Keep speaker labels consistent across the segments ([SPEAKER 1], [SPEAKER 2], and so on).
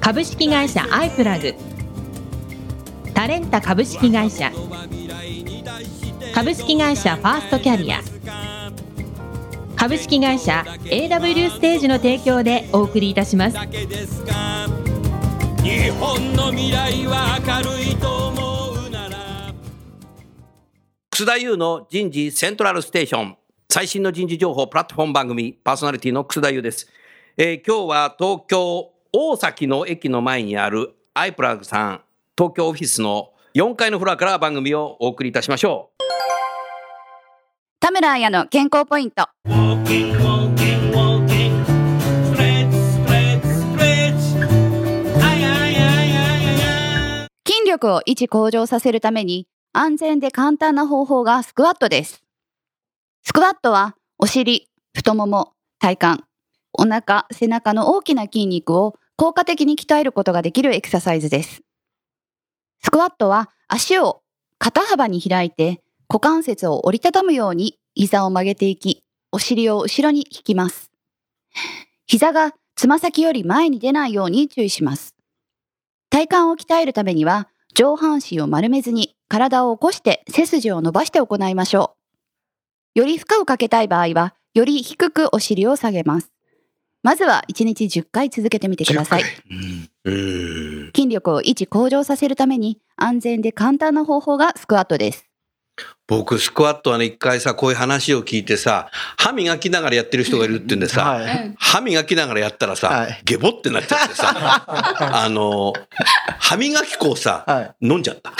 [SPEAKER 1] 株式会社アイプラグタレンタ株式会社株式会社ファーストキャリア株式会社 AW ステージの提供でお送りいたします
[SPEAKER 2] 日本の未来は明るいと思うなら楠田優の人事セントラルステーション最新の人事情報プラットフォーム番組パーソナリティの楠田優です、えー今日は東京大崎の駅の前にあるアイプラグさん東京オフィスの4階のフロアから番組をお送りいたしましょう
[SPEAKER 3] 田村彩の健康ポイント筋力を維持向上させるために安全で簡単な方法がスクワットですスクワットはお尻太もも体幹お腹背中の大きな筋肉を効果的に鍛えることができるエクササイズですスクワットは足を肩幅に開いて股関節を折りたたむように膝を曲げていき、お尻を後ろに引きます。膝がつま先より前に出ないように注意します。体幹を鍛えるためには、上半身を丸めずに体を起こして背筋を伸ばして行いましょう。より負荷をかけたい場合は、より低くお尻を下げます。まずは1日10回続けてみてください。筋力を維持向上させるために安全で簡単な方法がスクワットです。
[SPEAKER 2] 僕スクワットはね一回さこういう話を聞いてさ歯磨きながらやってる人がいるって言うんでさ、
[SPEAKER 4] はい。
[SPEAKER 2] 歯磨きながらやったらさ、
[SPEAKER 4] はい
[SPEAKER 2] ゲボってなっちゃってさ、あの、歯磨き粉をさ、
[SPEAKER 4] はい。
[SPEAKER 2] 飲んじゃった。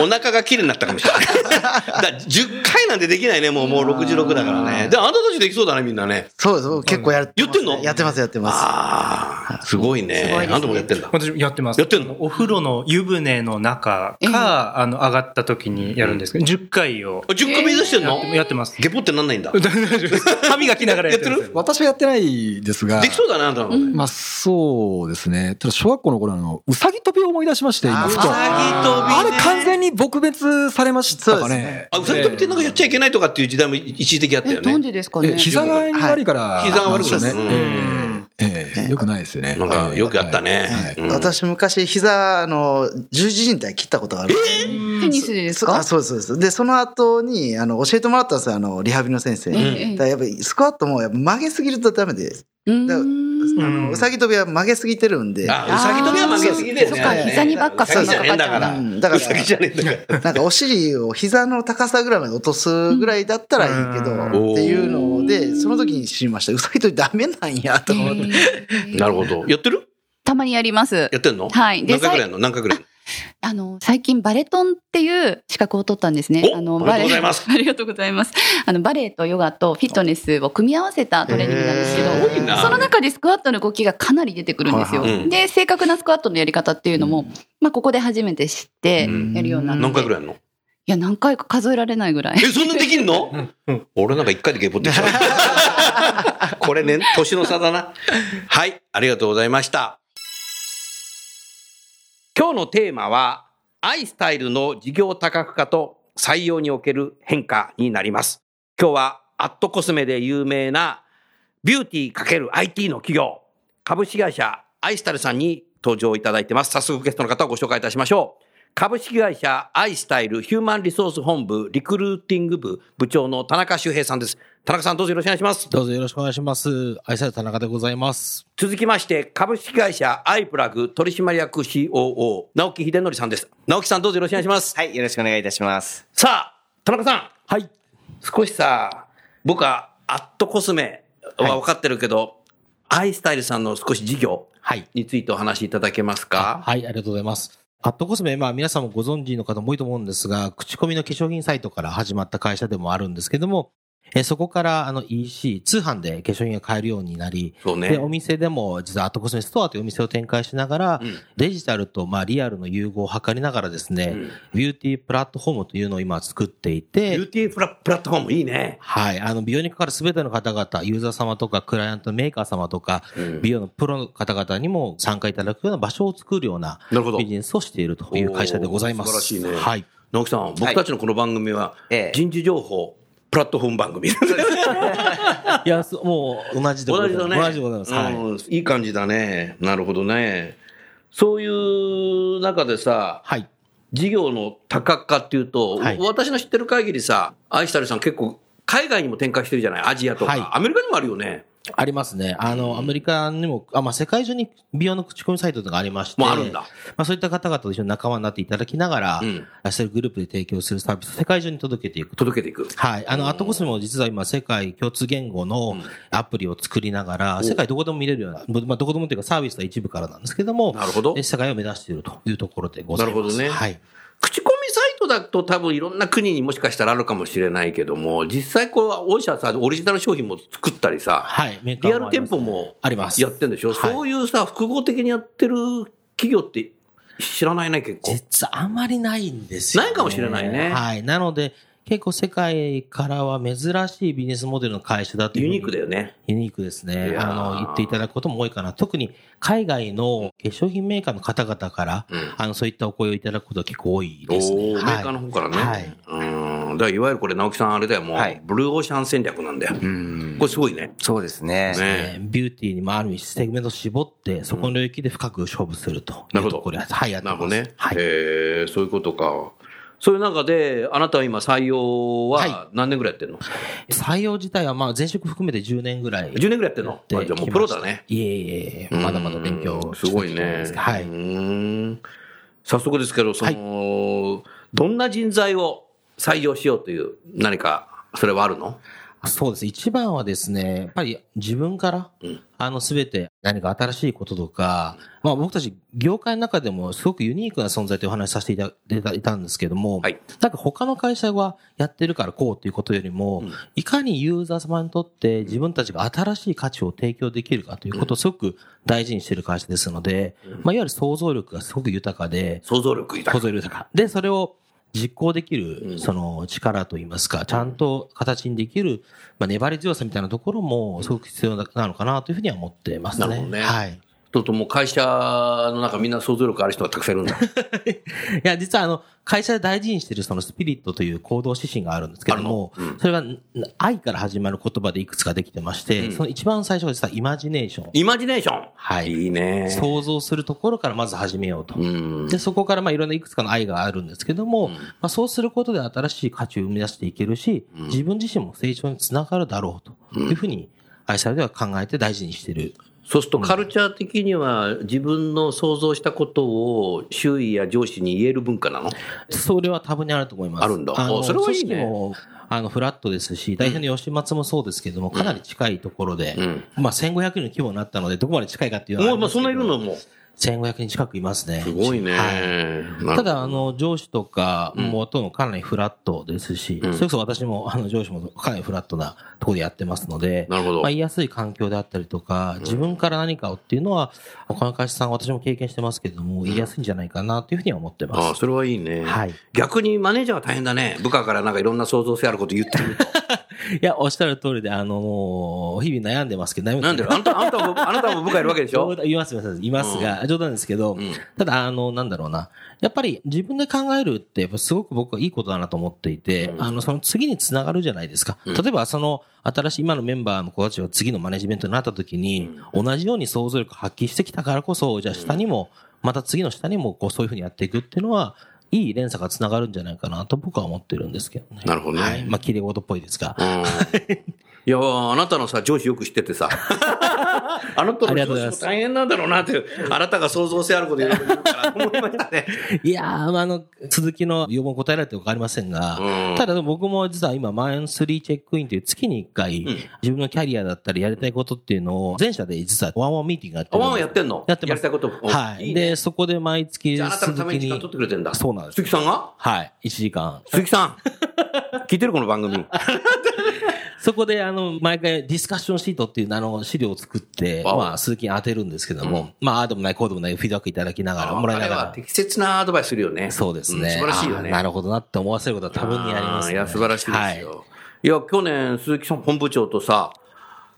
[SPEAKER 2] おお腹が綺麗になったかもしれない。だ10回なんてできないね、もうもう66だからね。で、あんたたちできそうだね、みんなね。
[SPEAKER 4] そうです。僕結構やる、
[SPEAKER 2] 言ってんの
[SPEAKER 4] やってます、やってます。
[SPEAKER 2] ああ、すごいね。
[SPEAKER 3] すごいですね
[SPEAKER 2] 何度もやってんだ。
[SPEAKER 5] 私もやってます。
[SPEAKER 2] やってんの
[SPEAKER 5] お風呂の湯船の中
[SPEAKER 3] ええ
[SPEAKER 5] か、あの、上がった時にやるんですけど、10回を
[SPEAKER 2] 10個目指してん
[SPEAKER 5] やっ
[SPEAKER 2] の
[SPEAKER 5] てやってます。
[SPEAKER 2] ゲボってなんないんだ。
[SPEAKER 5] 大丈夫です歯磨きながらやって
[SPEAKER 2] やって
[SPEAKER 5] る。
[SPEAKER 6] 私はやってないですが
[SPEAKER 2] で、きそうだね、あんたの方ね。
[SPEAKER 3] うん
[SPEAKER 6] まあそうですね。ただ小学校の頃あの、うさぎ跳びを思い出しまして、今
[SPEAKER 4] あ
[SPEAKER 6] ふ
[SPEAKER 2] う
[SPEAKER 6] と。
[SPEAKER 2] さ
[SPEAKER 6] あ
[SPEAKER 2] ぎ飛びね。
[SPEAKER 6] れ完全に撲滅されました
[SPEAKER 4] そう
[SPEAKER 6] か
[SPEAKER 4] で
[SPEAKER 6] ね。
[SPEAKER 4] すね
[SPEAKER 2] あ、うさぎ飛びってなんかやっちゃいけないとかっていう時代も一時的あった
[SPEAKER 3] え、
[SPEAKER 2] よ
[SPEAKER 3] な
[SPEAKER 2] ね
[SPEAKER 3] ん。でですか
[SPEAKER 6] え
[SPEAKER 3] ね。
[SPEAKER 6] 膝が悪いから。
[SPEAKER 2] 膝が悪くなったね
[SPEAKER 6] なんですよ
[SPEAKER 2] う
[SPEAKER 6] ね。
[SPEAKER 2] ん
[SPEAKER 6] ええよくないですよね。
[SPEAKER 2] なんかよくやったね
[SPEAKER 4] はい。
[SPEAKER 2] うん
[SPEAKER 4] 私昔膝あの十字靭帯切ったことがあるんですね
[SPEAKER 3] テニスでです
[SPEAKER 4] そ
[SPEAKER 3] か
[SPEAKER 4] あそうですそうですでその後にあの教えてもらったんですよあのリハビリの先生に、
[SPEAKER 3] ええ
[SPEAKER 4] だからやっぱりスクワットもやっぱ曲げすぎるとダメで、
[SPEAKER 3] うーん
[SPEAKER 4] だからあ
[SPEAKER 5] う
[SPEAKER 4] の
[SPEAKER 5] ん
[SPEAKER 4] うさぎ跳びは曲げすぎてるんで
[SPEAKER 2] あ、うさぎ跳びは負けすぎだよね。
[SPEAKER 3] そっか膝にばっか
[SPEAKER 2] うさぎじゃねえんだか
[SPEAKER 3] そ
[SPEAKER 4] うん
[SPEAKER 2] ら。
[SPEAKER 4] だか
[SPEAKER 2] うさぎじゃ
[SPEAKER 4] ら
[SPEAKER 2] ねえんだから。
[SPEAKER 4] なんかお尻を膝の高さぐらいまで落とすぐらいだったらいいけど、
[SPEAKER 2] うん
[SPEAKER 4] っていうのでその時に知りましたうさぎ跳びダメなんやと思って、
[SPEAKER 3] えー
[SPEAKER 2] なるほど。やってる
[SPEAKER 3] たまにやります
[SPEAKER 2] や。ってんの
[SPEAKER 3] はいで
[SPEAKER 2] 何回ぐらいやんの何回ぐらいやんの
[SPEAKER 3] あの、最近バレトンっていう資格を取ったんですね。
[SPEAKER 2] お
[SPEAKER 3] あの、
[SPEAKER 2] おめでとうござい
[SPEAKER 3] バレ
[SPEAKER 2] ます
[SPEAKER 3] ありがとうございます。あの、バレエとヨガとフィットネスを組み合わせたトレーニングなんですけど
[SPEAKER 4] へー、
[SPEAKER 2] すごいな
[SPEAKER 3] その中でスクワットの動きがかなり出てくるんですよ。
[SPEAKER 2] はいはいうん
[SPEAKER 3] で、正確なスクワットのやり方っていうのも、まあ、ここで初めて知って
[SPEAKER 2] うん、
[SPEAKER 3] やるようになって。
[SPEAKER 2] 何回ぐ
[SPEAKER 3] い
[SPEAKER 2] らいやんの
[SPEAKER 3] や、何回か数えられないぐらい
[SPEAKER 2] え、。そんなできんの俺なんか一回でゲボってきちゃう。これね、年の差だな。はい、ありがとうございました。今日のテーマは、アイスタイルの事業多角化と採用における変化になります。今日は、アットコスメで有名な、ビューティー ×IT の企業、株式会社アイスタイルさんに登場いただいてます。早速ゲストの方をご紹介いたしましょう。株式会社アイスタイルヒューマンリソース本部リクルーティング部部長の田中修平さんです。田中さんどうぞよろしくお願いします。
[SPEAKER 7] どうぞよろしくお願いします。愛され田中でございます。
[SPEAKER 2] 続きまして、株式会社アイプラグ取締役 COO、直木秀則さんです。直木さんどうぞよろしくお願いします。
[SPEAKER 8] はい、よろしくお願いいたします。
[SPEAKER 2] さあ、田中さん、
[SPEAKER 7] はい。
[SPEAKER 2] 少しさ、僕はアットコスメは分かってるけど、アイスタイルさんの少し事業
[SPEAKER 7] はい。
[SPEAKER 2] についてお話しいただけますか
[SPEAKER 7] はい、ありがとうございます。アットコスメ、まあ皆さんもご存知の方も多いと思うんですが、口コミの化粧品サイトから始まった会社でもあるんですけども、
[SPEAKER 8] えーそこから、あの、EC、通販で化粧品が買えるようになり、
[SPEAKER 7] そうね
[SPEAKER 8] で、。お店でも、実はアットコスメストアというお店を展開しながら、
[SPEAKER 7] うん
[SPEAKER 8] デジタルと、まあ、リアルの融合を図りながらですね、
[SPEAKER 7] うん
[SPEAKER 8] ビューティープラットフォームというのを今作ってい
[SPEAKER 7] ビ
[SPEAKER 8] て
[SPEAKER 7] ュ、ーティープラプラットフォームいいね。
[SPEAKER 8] はい。あの、美容にかかる全ての方々、ユーザー様とか、クライアントメーカー様とか、美容のプロの方々にも参加いただくような場所を作るような
[SPEAKER 7] なるほど
[SPEAKER 8] ビジネスをしているという会社でございます。
[SPEAKER 7] おー素晴らしいね
[SPEAKER 8] はい。
[SPEAKER 7] 直樹さん、僕たちのこの番組は
[SPEAKER 2] ええ
[SPEAKER 7] 人事情報、プラットフォーム番組。
[SPEAKER 8] いや、そもう同じでござ
[SPEAKER 7] 同
[SPEAKER 8] い
[SPEAKER 7] じ
[SPEAKER 8] ます。
[SPEAKER 7] だね。
[SPEAKER 8] 同じでございます。はい。
[SPEAKER 7] うんいい感じだね。なるほどね。そういう中でさ、
[SPEAKER 8] はい。
[SPEAKER 7] 事業の多角化っていうと、
[SPEAKER 8] はい
[SPEAKER 7] 私の知ってる限りさ、愛したりさん結構海外にも展開してるじゃないアジアとか、
[SPEAKER 8] はい
[SPEAKER 7] アメリカにもあるよね。
[SPEAKER 8] ありますね。あの、アメリカにも、あ、まあ、世界中に美容の口コミサイトとかありまして。
[SPEAKER 7] もうあるんだ。
[SPEAKER 8] まあ、そういった方々と一緒に仲間になっていただきながら、
[SPEAKER 7] うん
[SPEAKER 8] ラッセルグループで提供するサービスを世界中に届けていくと。
[SPEAKER 7] 届けていく。
[SPEAKER 8] はい。あの、アットコスメも実は今、世界共通言語のアプリを作りながら、
[SPEAKER 7] お
[SPEAKER 8] 世界どこでも見れるような、まあ、どこでもというかサービスの一部からなんですけども、
[SPEAKER 7] なるほど
[SPEAKER 8] え世界を目指しているというところでございます。
[SPEAKER 7] なるほどね
[SPEAKER 8] はい。
[SPEAKER 7] 口コミサイトだと多分いろんな国にもしかしたらあるかもしれないけども、実際こう、御社さ、オリジナル商品も作ったりさ、
[SPEAKER 8] はい。メーカ
[SPEAKER 7] リ
[SPEAKER 8] ー
[SPEAKER 7] アル
[SPEAKER 8] もあり
[SPEAKER 7] 店
[SPEAKER 8] ます
[SPEAKER 7] 舗も
[SPEAKER 8] あります
[SPEAKER 7] やってんでしょ、
[SPEAKER 8] はい
[SPEAKER 7] そういうさ、複合的にやってる企業って知らないね、結構。
[SPEAKER 8] 実はあまりないんですよ、
[SPEAKER 7] ないかもしれないね
[SPEAKER 8] はい。なので、結構世界からは珍しいビジネスモデルの会社だという
[SPEAKER 7] ユニー
[SPEAKER 8] ふうに
[SPEAKER 7] クだよね。
[SPEAKER 8] ユニークです
[SPEAKER 7] い
[SPEAKER 8] ね。
[SPEAKER 7] やー
[SPEAKER 8] あの、言っていただくことも多いかな。特に海外の化粧品メーカーの方々から、
[SPEAKER 7] うん
[SPEAKER 8] あの、そういったお声をいただくことが結構多いですね。
[SPEAKER 7] おーメ
[SPEAKER 8] はい
[SPEAKER 7] ーカーの方からね。
[SPEAKER 8] はい
[SPEAKER 7] うん。だからいわゆるこれ、直樹さんあれだよ、もう、
[SPEAKER 2] はい
[SPEAKER 7] ブルーオーシャン戦略なんだよ。
[SPEAKER 2] うん
[SPEAKER 7] これすごいね。
[SPEAKER 2] そうですね。
[SPEAKER 7] ね
[SPEAKER 8] えービューティーにもある意味セグメントを絞って、そこの領域で深く勝負するとい
[SPEAKER 7] なるほ
[SPEAKER 8] う
[SPEAKER 7] ど
[SPEAKER 8] ところで、はい、やって
[SPEAKER 7] な
[SPEAKER 8] ま
[SPEAKER 7] る
[SPEAKER 8] す。
[SPEAKER 7] ほどね。
[SPEAKER 8] はい。
[SPEAKER 7] へえ、そういうことか。そういう中で、あなたは今採用は
[SPEAKER 8] は
[SPEAKER 7] 何年ぐらいやってんの、
[SPEAKER 8] 採用自体は、まあ、前職含めて10年ぐらい。
[SPEAKER 7] ?10 年ぐらいやってんのあじゃあもうプロだね。
[SPEAKER 8] いえいえいえ、まだまだ勉強
[SPEAKER 7] うん
[SPEAKER 8] を
[SPEAKER 7] すごいね。
[SPEAKER 8] は
[SPEAKER 7] う
[SPEAKER 8] い。
[SPEAKER 7] ん早速ですけど、その、どんな人材を採用しようという、何か、それはあるの
[SPEAKER 8] そうです。一番はですね、やっぱり自分から、
[SPEAKER 7] うん
[SPEAKER 8] あの、すべて何か新しいこととか、まあ僕たち業界の中でもすごくユニークな存在というお話しさせていただいたんですけども、
[SPEAKER 7] はい
[SPEAKER 8] なんか他の会社がやってるからこうということよりも、
[SPEAKER 7] うん
[SPEAKER 8] いかにユーザー様にとって自分たちが新しい価値を提供できるかということをすごく大事にしている会社ですので、まあいわゆる想像力がすごく豊かで、
[SPEAKER 7] 想像力豊
[SPEAKER 8] 保
[SPEAKER 7] か。
[SPEAKER 8] 存力高。で、それを実行でき
[SPEAKER 7] うん
[SPEAKER 8] る、その力といいますか、ちゃんと形にできる、まあ、粘り強さみたいなところも、すごく必要なのかなというふうには思ってますね。
[SPEAKER 7] なるほどね
[SPEAKER 8] はい。
[SPEAKER 7] ちょっともう会社の中みんな想像力ある人がたくさんいるんだ。
[SPEAKER 8] いや、実はあの、会社で大事にしてるそのスピリットという行動指針があるんですけども、それがん愛から始まる言葉でいくつかできてまして、その一番最初が実はイマジネーション。
[SPEAKER 7] イマジネーション。
[SPEAKER 8] はい。
[SPEAKER 7] いいね。
[SPEAKER 8] 想像するところからまず始めようと。
[SPEAKER 7] うん。
[SPEAKER 8] で、そこからまあいろんないくつかの愛があるんですけども、まあ、そうすることで新しい価値を生み出していけるし、自分自身も成長につながるだろうというふうに、愛されでは考えて大事にしている。
[SPEAKER 7] そうするとカルチャー的には自分の想像したことを周囲や上司に言える文化なの
[SPEAKER 8] それは多分にあると思います。
[SPEAKER 7] あるんだ
[SPEAKER 8] の
[SPEAKER 7] あそれはいいね
[SPEAKER 8] 組織もあのフラットですし、代表の吉松もそうですけども、かなり近いところで、
[SPEAKER 7] ん
[SPEAKER 8] まあ1500人の規模になったので、どこまで近いかっていうのは
[SPEAKER 7] も
[SPEAKER 8] あ
[SPEAKER 7] う、
[SPEAKER 8] り
[SPEAKER 7] まあ、
[SPEAKER 8] ます
[SPEAKER 7] そん
[SPEAKER 8] け
[SPEAKER 7] な
[SPEAKER 8] ど
[SPEAKER 7] いるのも。
[SPEAKER 8] 1500人近くいますね。
[SPEAKER 7] すごいね。
[SPEAKER 8] はい
[SPEAKER 7] なるほど
[SPEAKER 8] ただ、あの、上司とかもともかなりフラットですし、
[SPEAKER 7] うん
[SPEAKER 8] それこそ私も、あの、上司もかなりフラットなところでやってますので、
[SPEAKER 7] なるほど
[SPEAKER 8] まあ、言いやすい環境であったりとか、自分から何かをっていうのは、他の会社さん、私も経験してますけれども、言いやすいんじゃないかなというふうには思って
[SPEAKER 7] あ
[SPEAKER 8] ま
[SPEAKER 7] あ、
[SPEAKER 8] す。
[SPEAKER 7] それはいいね。
[SPEAKER 8] はい
[SPEAKER 7] 逆にマネージャーは大変だね。部下からなんかいろんな想像性あること言ってくると。
[SPEAKER 8] いや、おっしゃる通りで、あの、もう、日々悩んでますけど、悩
[SPEAKER 7] なんであなた、あなたも、あなたも部下いるわけでしょ
[SPEAKER 8] 冗談言います、言います、言いますが、冗談ですけど、
[SPEAKER 7] ん
[SPEAKER 8] ただ、あの、なんだろうな。やっぱり自分で考えるって、やっぱすごく僕はいいことだなと思っていて、あの、その次につながるじゃないですか。例えば、その、新しい今のメンバーの子たちが次のマネジメントになった時に、同じように想像力発揮してきたからこそ、じゃあ下にも、また次の下にも、こう、そういうふうにやっていくっていうのは、いい連鎖がつながるんじゃないかなと僕は思ってるんですけどね。
[SPEAKER 7] なるほどね
[SPEAKER 8] はい。まあ、綺麗事っぽいですが。
[SPEAKER 7] いやあなたのさ、上司よく知って てさ。あなたの
[SPEAKER 8] ありがとうござ
[SPEAKER 7] 上
[SPEAKER 8] いま
[SPEAKER 7] 司
[SPEAKER 8] す
[SPEAKER 7] も大変なんだろうなって、あなたが想像性あること言うのから思いまし たね。
[SPEAKER 8] いやー、まあ、あの、続きの要望に答えられてわかりませんが、
[SPEAKER 7] うん
[SPEAKER 8] ただ僕も実は今、マンスリーチェックインという月に1回、自分のキャリアだったりやりたいことっていうのを、全社で実はワンワンミーティングがあって
[SPEAKER 7] あ
[SPEAKER 8] るんです。
[SPEAKER 7] ワンワンやってんの
[SPEAKER 8] やってます。
[SPEAKER 7] やりたいこと
[SPEAKER 8] はい。
[SPEAKER 7] いいね
[SPEAKER 8] で、そこで毎月、
[SPEAKER 7] じゃああなたのために時間取ってくれてんだ。
[SPEAKER 8] そうなんです
[SPEAKER 7] 鈴木さんが
[SPEAKER 8] はい。1時間。
[SPEAKER 7] 鈴木さん。聞いてるこの番組。
[SPEAKER 9] そこで、あの、毎回ディスカッションシートっていうあの資料を作って、
[SPEAKER 7] わお
[SPEAKER 9] まあ、鈴木に当てるんですけど
[SPEAKER 7] う
[SPEAKER 9] も、まあ、ああでもない、こうでもない、フィードバックいただきながら、もらい
[SPEAKER 7] あ
[SPEAKER 9] な
[SPEAKER 7] れ
[SPEAKER 9] が
[SPEAKER 7] は
[SPEAKER 9] ら。
[SPEAKER 7] 適切なアドバイスするよね。
[SPEAKER 9] そうです
[SPEAKER 7] ん
[SPEAKER 9] ね。
[SPEAKER 7] 素晴らしいよね。
[SPEAKER 9] あーなるほどなって思わせることは多分にありますね。
[SPEAKER 7] いや、素晴らしいです
[SPEAKER 9] は
[SPEAKER 7] よ。い、や、去年、鈴木さん本部長とさ、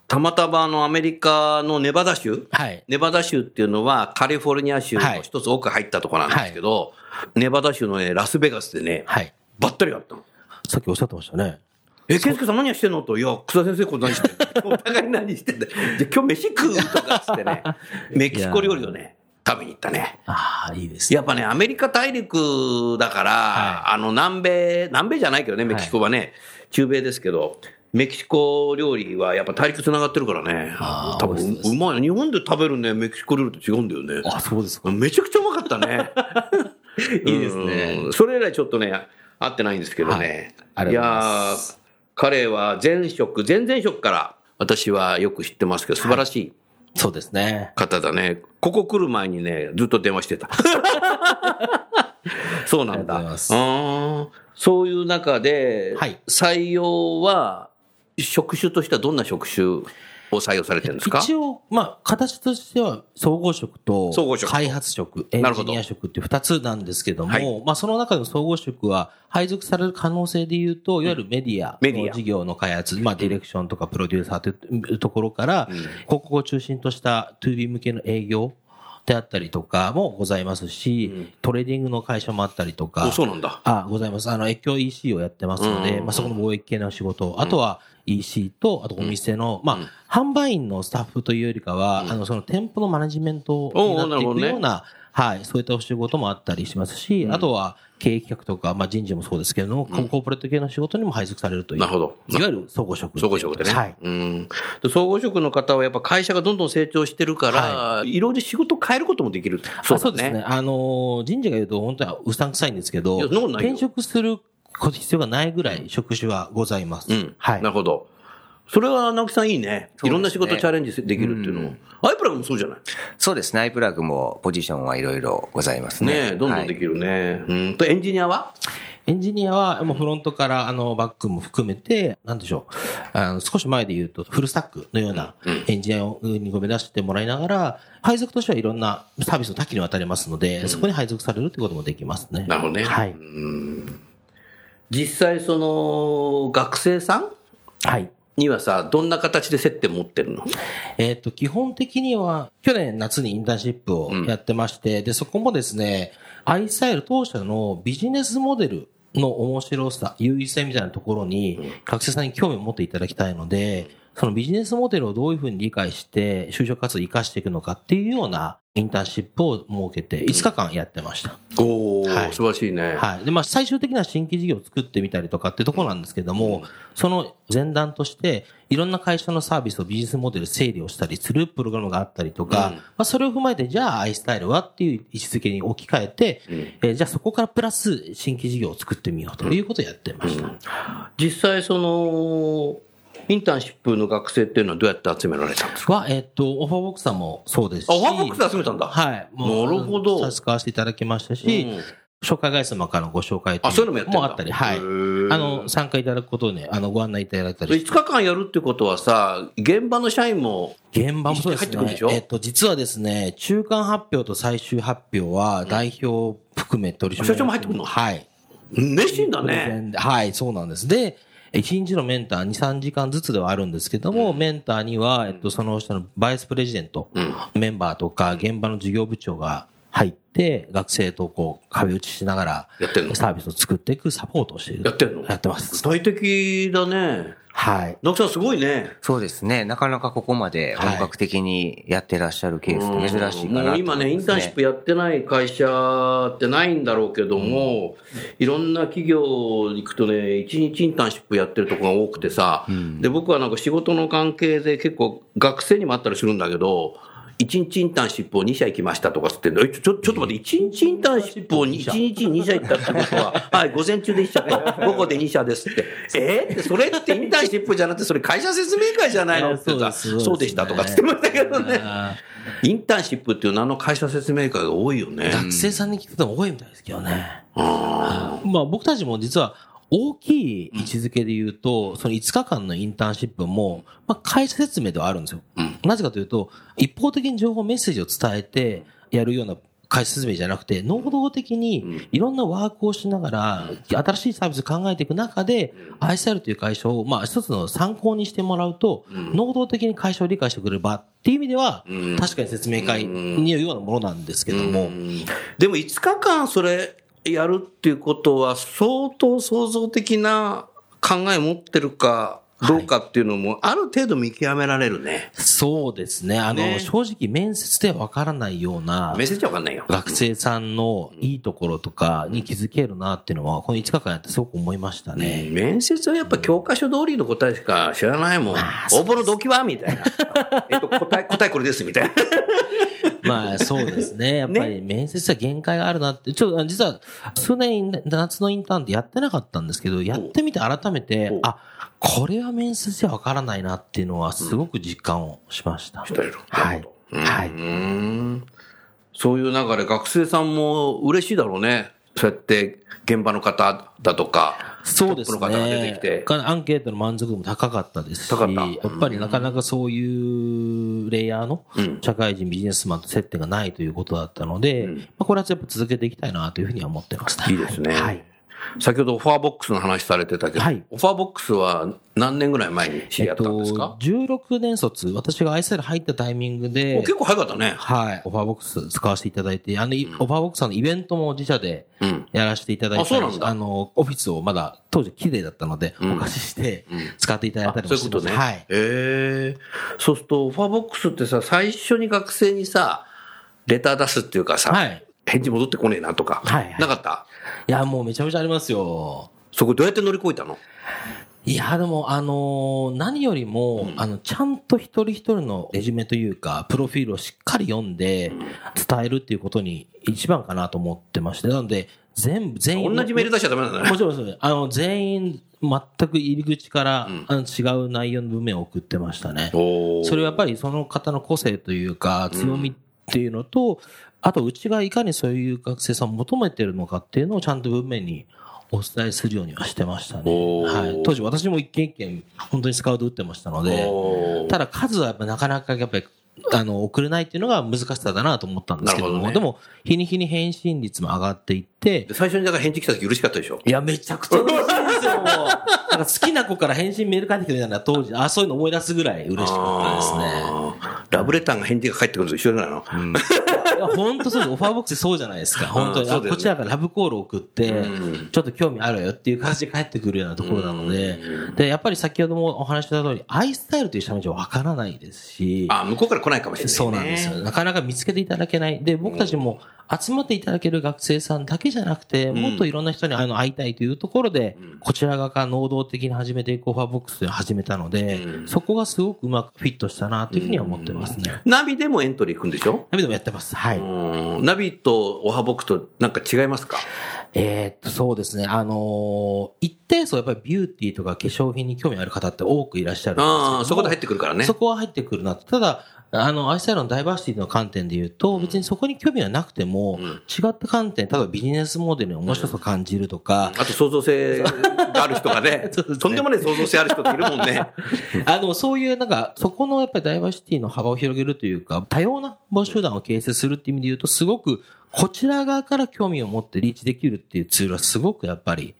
[SPEAKER 7] たまたまあのアメリカのネバダ州、
[SPEAKER 9] はい。
[SPEAKER 7] ネバダ州っていうのはカリフォルニア州
[SPEAKER 9] は
[SPEAKER 7] の
[SPEAKER 9] い
[SPEAKER 7] 一つ奥入ったところなんですけど、ネバダ州のね、ラスベガスでね、
[SPEAKER 9] はい。
[SPEAKER 7] ばったり会ったの。
[SPEAKER 9] さっきおっしゃってましたね。
[SPEAKER 7] え、健介さん何してんのと、いや、草先生これ何してんの お互い何してんだじゃあ今日飯食うとかっつってね、メキシコ料理をね、食べに行ったね。
[SPEAKER 9] ああ、いいですね。
[SPEAKER 7] やっぱね、アメリカ大陸だから、あの、南米、南米じゃないけどね、メキシコはね、中米ですけど、メキシコ料理はやっぱ大陸繋がってるからね
[SPEAKER 9] あ。ー
[SPEAKER 7] 多
[SPEAKER 9] 美味し
[SPEAKER 7] 分
[SPEAKER 9] そうです
[SPEAKER 7] うまい。日本で食べるね、メキシコ料理と違うんだよね。
[SPEAKER 9] あ、そうですか。
[SPEAKER 7] めちゃくちゃうまかったね。
[SPEAKER 9] いいですね
[SPEAKER 7] うん。それ以来ちょっとね、会ってないんですけどね。
[SPEAKER 9] はいありがとうご
[SPEAKER 7] い、
[SPEAKER 9] ざい
[SPEAKER 7] や
[SPEAKER 9] ま
[SPEAKER 7] ー彼は前職、前々職から私はよく知ってますけど、素晴らしい
[SPEAKER 9] そうですね。
[SPEAKER 7] 方だね。ここ来る前にね、ずっと電 話してた。そうなんだ。
[SPEAKER 9] ありがとうございます
[SPEAKER 7] うーんそういう中で、
[SPEAKER 9] はい
[SPEAKER 7] 採用は、職種としてはどんな職種を採用されてるんですか
[SPEAKER 9] 一応、まあ、形としては、総合職と
[SPEAKER 7] 総合職、
[SPEAKER 9] 開発職、エン
[SPEAKER 7] なるほ
[SPEAKER 9] ジ
[SPEAKER 7] ど
[SPEAKER 9] ニア職っていう二つなんですけど
[SPEAKER 7] はい
[SPEAKER 9] も、まあ、その中でも総合職は、配属される可能性で言うと、いわゆるメディア
[SPEAKER 7] メディ
[SPEAKER 9] の
[SPEAKER 7] ア
[SPEAKER 9] 事業の開発、まあ、ディレクションとかプロデューサーというところから、広告を中心とした 2B 向けの営業であったりとかもございますし、トレーディングの会社もあったりとか
[SPEAKER 7] お、そうなんだ。
[SPEAKER 9] あ、ございます。あの、越境 EC をやってますの
[SPEAKER 7] うんうん
[SPEAKER 9] で、
[SPEAKER 7] うん
[SPEAKER 9] まあ、そこの貿易系の仕事、あとは EC と、あとお店の、まあ、販売員のスタッフというよりかは、あの、その店舗のマネジメントにな
[SPEAKER 7] おうお
[SPEAKER 9] っ
[SPEAKER 7] うなる
[SPEAKER 9] てい
[SPEAKER 7] ほ
[SPEAKER 9] く
[SPEAKER 7] どね
[SPEAKER 9] ような、はい、そういったお仕事もあったりしますし、あとは経営企画とか、まあ、人事もそうですけれども、ココーポレート系の仕事にも配属されるという。
[SPEAKER 7] なるほど
[SPEAKER 9] いわゆる総合職。
[SPEAKER 7] 総合職でね。
[SPEAKER 9] はい。
[SPEAKER 7] うんで総合職の方はやっぱ会社がどんどん成長してるから、い、ろいろ仕事を変えることもできる。
[SPEAKER 9] あそうですね。。あのー人事が言うと本当はうさんくさいんですけど、
[SPEAKER 7] いやそんなことないよ
[SPEAKER 9] 転職する必要がないぐらい職種はございます。
[SPEAKER 7] うん。
[SPEAKER 9] はい
[SPEAKER 7] なる。ほど。それは直樹さんいいね。
[SPEAKER 2] そうですね
[SPEAKER 7] いろんな仕事チャレンジできるっていうのも。アイプラグもそうじゃない
[SPEAKER 2] そうですね、アイプラグもポジションはいろいろございますね。
[SPEAKER 7] ねえどんどんで
[SPEAKER 2] はい
[SPEAKER 7] きるね。うん。と、エンジニアは
[SPEAKER 9] エンジニアはもうフロントからあのバックも含めて、なんでしょう。あの少し前で言うとフルスタックのようなエンジニアをにごめん出してもらいながら、配属としてはいろんなサービスの多岐にわたりますので、そこに配属されるってこともできますね。
[SPEAKER 7] なるほどね
[SPEAKER 9] はい。
[SPEAKER 7] 実際その、学生さん
[SPEAKER 9] はい。
[SPEAKER 7] にはさ、どんな形で接点持ってるの
[SPEAKER 9] えっ、と、基本的には、去年夏にインターンシップをやってまして、で、そこもですね、アイスタイル当社のビジネスモデルの面白さ、優位性みたいなところに、学生さんに興味を持っていただきたいので、そのビジネスモデルをどういうふうに理解して、就職活動を活かしていくのかっていうようなインターンシップを設けて、5日間やってました。
[SPEAKER 7] おお、
[SPEAKER 9] はい
[SPEAKER 7] 素晴らしいね。
[SPEAKER 9] はい。で、まあ、最終的な新規事業を作ってみたりとかってところなんですけども、その前段として、いろんな会社のサービスをビジネスモデル整理をしたりするプログラムがあったりとか、
[SPEAKER 7] うん
[SPEAKER 9] まあ、それを踏まえて、じゃあ、アイスタイルはっていう位置づけに置き換えて、えーじゃあそこからプラス新規事業を作ってみようということをやってました。
[SPEAKER 7] 実際その、インターンシップの学生っていうのはどうやって集められたんですか
[SPEAKER 9] は、えっ、と、オファーボックスさんもそうですし。
[SPEAKER 7] あオファーボックスで集めたんだ
[SPEAKER 9] はい。もう
[SPEAKER 7] なるほど
[SPEAKER 9] あの差し交わせていただきましたし、
[SPEAKER 7] うん
[SPEAKER 9] 紹介会様からのご紹介と
[SPEAKER 7] あそういうのもやってんだ
[SPEAKER 9] もあったり、はい。
[SPEAKER 7] へ
[SPEAKER 9] あ
[SPEAKER 7] ー
[SPEAKER 9] の、参加いただくことで、あの、ご案内いただいたりして
[SPEAKER 7] 5日間やるってことはさ、現場の社員も、
[SPEAKER 9] 現場もそうです
[SPEAKER 7] 入ってくるで
[SPEAKER 9] ね
[SPEAKER 7] しょ。
[SPEAKER 9] えっと、実はですね、中間発表と最終発表は、代表含め取締役
[SPEAKER 7] 社長も入ってくるの
[SPEAKER 9] はい。
[SPEAKER 7] 熱心だね。
[SPEAKER 9] はい、そうなんです。で、1日のメンター2、3時間ずつではあるんですけども、メンターには、えっと、その下のバイスプレジデント、メンバーとか、現場の事業部長が入って、学生とこう、壁打ちしながら、
[SPEAKER 7] やってんの
[SPEAKER 9] サービスを作っていくサポートをしている。
[SPEAKER 7] やってんの
[SPEAKER 9] やってま
[SPEAKER 7] 具
[SPEAKER 9] す。
[SPEAKER 7] 体的だね。
[SPEAKER 9] はい。
[SPEAKER 7] 直樹さんすごいね。
[SPEAKER 2] そうですね、なかなかここまで本格的にやってらっしゃるケースって珍しいかなと思います、ね
[SPEAKER 7] もう今ね、インターンシップやってない会社ってないんだろうけども、いろんな企業行くとね、1日インターンシップやってるとこが多くてさ、で、僕はなんか仕事の関係で結構学生にもあったりするんだけど、1日インターンシップを2社行きましたとかつってんだえちょ、ちょちょっと待って、1日インターンシップを1日2社行ったってこと は、はい、午前中で1社と、午後で2社ですって、 えーって、それってインターンシップじゃなくて、それ会社説明会じゃないのって言ったら
[SPEAKER 9] そうですそうです
[SPEAKER 7] そうでしたとかつってましたけどね。
[SPEAKER 9] あ
[SPEAKER 7] インターンシップっていう名の会社説明会が多いよね
[SPEAKER 9] ー。学生さんに聞くことも多いみたいですけどね。
[SPEAKER 7] あ
[SPEAKER 9] まあ僕たちも実は大きい位置づけで言うと、その5日間のインターンシップも、まあ、会社説明ではあるんですよ。
[SPEAKER 2] うん
[SPEAKER 9] なぜかというと、一方的に情報メッセージを伝えてやるような会社説明じゃなくて、能動的
[SPEAKER 2] うん
[SPEAKER 9] にいろんなワークをしながら、新しいサービスを考えていく中で、ISR という会社を、まあ、一つの参考にしてもらうと、
[SPEAKER 2] うん
[SPEAKER 9] 能動的に会社を理解してくれる場っていう意味では、
[SPEAKER 2] うん
[SPEAKER 9] 確かに説明会によるようなものなんですけども、
[SPEAKER 2] うんでも5日間それやるっていうことは相当創造的な考え持ってるかどうかっていうのもある程度見極められるね。
[SPEAKER 9] そうですね。あの、
[SPEAKER 2] ね
[SPEAKER 9] 正直面接ではわからないような
[SPEAKER 2] メッセージわかんないよ。
[SPEAKER 9] 学生さんのいいところとかに気づけるなっていうのは、この5日間やってすごく思いました
[SPEAKER 2] ね
[SPEAKER 9] ね。
[SPEAKER 2] 面接はやっぱ教科書通りの答えしか知らないもん。応募の動機はみたいな。 えっと、答え、答えこれですみたいな。
[SPEAKER 9] まあそうですね。やっぱり面接は限界があるなって、ちょっとあ実は数年夏のインターンってやってなかったんですけど、やってみて改め
[SPEAKER 2] お
[SPEAKER 9] て、あ、これは面接ではわからないなっていうのはすごく実感をしました。はい。
[SPEAKER 2] はい。うんそういう中で学生さんも嬉しいだろうね。そうやって現場の方だとか。
[SPEAKER 9] そうですね。
[SPEAKER 2] トップの方が出てきて
[SPEAKER 9] かアンケートの満足度も高かったですし、
[SPEAKER 2] 高かった
[SPEAKER 9] やっぱりなかなかそういうレイヤーの
[SPEAKER 2] うん
[SPEAKER 9] 社会人ビジネスマンと接点がないということだったので、
[SPEAKER 2] うん
[SPEAKER 9] まあ、これはやっぱ続けていきたいなというふうには思ってました。
[SPEAKER 2] いいですね。
[SPEAKER 9] はい。
[SPEAKER 2] 先ほどオファーボックスの話されてたけど、
[SPEAKER 9] はい
[SPEAKER 2] オファーボックスは何年ぐらい前に知り合ったんですか、
[SPEAKER 9] 16年卒、私が愛され入ったタイミング
[SPEAKER 2] お
[SPEAKER 9] で
[SPEAKER 2] 結、構早かったね。
[SPEAKER 9] はい、オファーボックス使わせていただいて、あの、いオファーボックスさんのイベントも自社で
[SPEAKER 2] うん。
[SPEAKER 9] やらせていただい
[SPEAKER 2] あ
[SPEAKER 9] て、
[SPEAKER 2] そうなんだ
[SPEAKER 9] の、オフィスをまだ当時綺麗だったので、
[SPEAKER 2] うん
[SPEAKER 9] お貸しして
[SPEAKER 2] うん
[SPEAKER 9] 使っていただいた
[SPEAKER 2] あ
[SPEAKER 9] り
[SPEAKER 2] そ
[SPEAKER 9] も
[SPEAKER 2] ういう
[SPEAKER 9] し
[SPEAKER 2] こ
[SPEAKER 9] てま
[SPEAKER 2] と
[SPEAKER 9] す
[SPEAKER 2] ね。
[SPEAKER 9] はい。
[SPEAKER 2] ええそうすると、オファーボックスってさ、最初に学生にさ、レター出すっていうかさ、
[SPEAKER 9] はい。
[SPEAKER 2] 返事戻ってこねえなとか、
[SPEAKER 9] はいはい
[SPEAKER 2] なかった
[SPEAKER 9] いや、もうめちゃめちゃありますよ。
[SPEAKER 2] そこどうやって乗り越えたの
[SPEAKER 9] いや、でも、あのー何よりも、あの、ちゃんと一人一人のレジュメというか、プロフィールをしっかり読んで、伝えるっていうことに一番かなと思ってまして、なので、全部、全員。
[SPEAKER 2] 同じメール出しちゃダメなんだね。
[SPEAKER 9] もちろんそうです。あの、全員、全く入り口から、
[SPEAKER 2] うん
[SPEAKER 9] あの違う内容の文面を送ってましたね。
[SPEAKER 2] おー
[SPEAKER 9] それはやっぱりその方の個性というか、強みっていうのと、あと、うちがいかにそういう学生さんを求めてるのかっていうのをちゃんと文面にお伝えするようにはしてましたね。
[SPEAKER 2] お
[SPEAKER 9] は
[SPEAKER 2] ー
[SPEAKER 9] い、当時私も一件一件、本当にスカウト打ってましたので、
[SPEAKER 2] おー
[SPEAKER 9] ただ数はやっぱなかなかやっぱり、あの、送れないっていうのが難しさだなと思ったんですけども、
[SPEAKER 2] なるほ
[SPEAKER 9] で
[SPEAKER 2] どね
[SPEAKER 9] も、日に日に返信率も上がっていって
[SPEAKER 2] で、最初にだから返事来た時嬉しかったでしょ
[SPEAKER 9] いや、めちゃくちゃ嬉しいです よ、もう。なんか好きな子から返信メール返ってきてみたいな当時、あ、そういうの思い出すぐらい嬉しかったですね。
[SPEAKER 2] あーラブレターが返事が返ってくるのと一緒じゃないの、
[SPEAKER 9] いや、本当そうです。オファーボックスそうじゃないですか。本当
[SPEAKER 2] うん
[SPEAKER 9] に。
[SPEAKER 2] そ
[SPEAKER 9] あ
[SPEAKER 2] うだよね
[SPEAKER 9] こちらからラブコール送って、
[SPEAKER 2] うん
[SPEAKER 9] ちょっと興味あるよっていう感じで返ってくるようなところなので、で、やっぱり先ほどもお話しした通り、アイスタイルという社名じゃわからないですし、
[SPEAKER 2] あ、向こうから来ないかもしれない、ね。
[SPEAKER 9] そうなんですよ。なかなか見つけていただけない。で、僕たちも集まっていただける学生さんだけじゃなくて、
[SPEAKER 2] ん
[SPEAKER 9] もっといろんな人にあの会いたいというところで、こちら側から能動的に始めていくオファーボックスを始めたので、
[SPEAKER 2] うん
[SPEAKER 9] そこがすごくうまくフィットしたなというふうには思ってますね。
[SPEAKER 2] ナビでもエントリー行くんでしょ
[SPEAKER 9] ナビでもやってます。はい。
[SPEAKER 2] うんナビとオハボックとなんか違いますか
[SPEAKER 9] えーっと、そうですね。あのー一定数やっぱりビューティーとか化粧品に興味ある方って多くいらっしゃるんですけど
[SPEAKER 2] あ
[SPEAKER 9] も
[SPEAKER 2] あ、そこで入ってくるからね。
[SPEAKER 9] そこは入ってくるなと。ただ、あの、アイスタイルのダイバーシティの観点で言うと、別にそこに興味はなくても、
[SPEAKER 2] うん
[SPEAKER 9] 違った観点、例えばビジネスモデルに面白さを感じるとか、
[SPEAKER 2] あと創造性がある人がね
[SPEAKER 9] そうですね
[SPEAKER 2] とんでもない創造性ある人っている もんね。
[SPEAKER 9] あの、そういう、なんか、そこのやっぱりダイバーシティの幅を広げるというか、多様な母集団を形成するっていう意味で言うと、すごく、こちら側から興味を持ってリーチできるっていうツールはすごくやっぱり、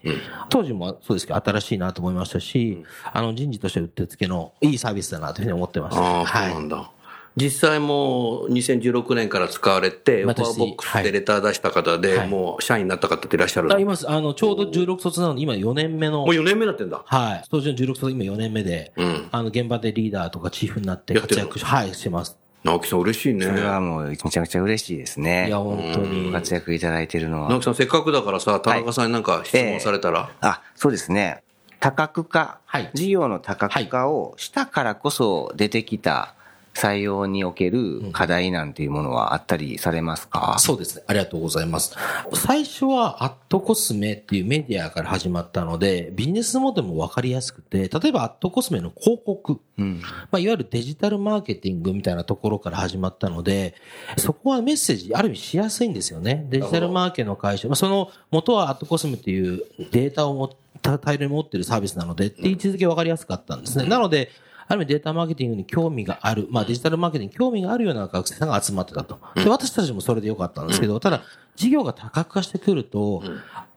[SPEAKER 9] 当時もそうですけど、新しいなと思いましたし、あの、人事としてうってつけのいいサービスだなというふうに思ってました。
[SPEAKER 2] ああ、
[SPEAKER 9] は。
[SPEAKER 2] そうないんだ。実際もう2016年から使われて、オファ
[SPEAKER 9] 私
[SPEAKER 2] ーボックスでレター出した方で、
[SPEAKER 9] はい
[SPEAKER 2] もう社員になった方っていらっしゃるの
[SPEAKER 9] あります。あの、ちょうど16卒なので、今4年目の
[SPEAKER 2] もう、4年目になってんだ。
[SPEAKER 9] はい。当時の16卒、今4年目で、
[SPEAKER 2] うん。
[SPEAKER 9] あの、現場でリーダーとかチーフになって
[SPEAKER 2] やって
[SPEAKER 9] 活
[SPEAKER 2] るの
[SPEAKER 9] 躍し、はい、してます。
[SPEAKER 2] 直樹さん嬉しいね。
[SPEAKER 7] それはもうめちゃくちゃ嬉しいです
[SPEAKER 9] い
[SPEAKER 7] ね
[SPEAKER 9] や、。本当に
[SPEAKER 7] ご。活躍いただいてるの
[SPEAKER 2] 直
[SPEAKER 7] は
[SPEAKER 2] 樹。さんせっかくだからさ、田中さんになんか質問されたら。
[SPEAKER 7] あ、そうですね。多角化
[SPEAKER 9] はい。
[SPEAKER 7] 事業の多角化をしたからこそ出てきた採用における課題なんていうものはあったりされますか
[SPEAKER 9] あそうですね。ありがとうございます。最初は、アットコスメっていうメディアから始まったので、ビジネスモデルもわかりやすくて、例えばアットコスメの広告、
[SPEAKER 7] うん。
[SPEAKER 9] まあ、いわゆるデジタルマーケティングみたいなところから始まったので、そこはメッセージ、ある意味しやすいんですよね。デジタルマーケの会社、まあ、その元はアットコスメというデータをも
[SPEAKER 7] た大量に持ってるサービスなのでっていう位置づけ分かりやすかったんですね。なので、ある意味データマーケティングに興味がある、まあデジタルマーケティングに興味があるような学生さんが集まってたと。で、私たちもそれでよかったんですけど、ただ、事業が多角化してくると、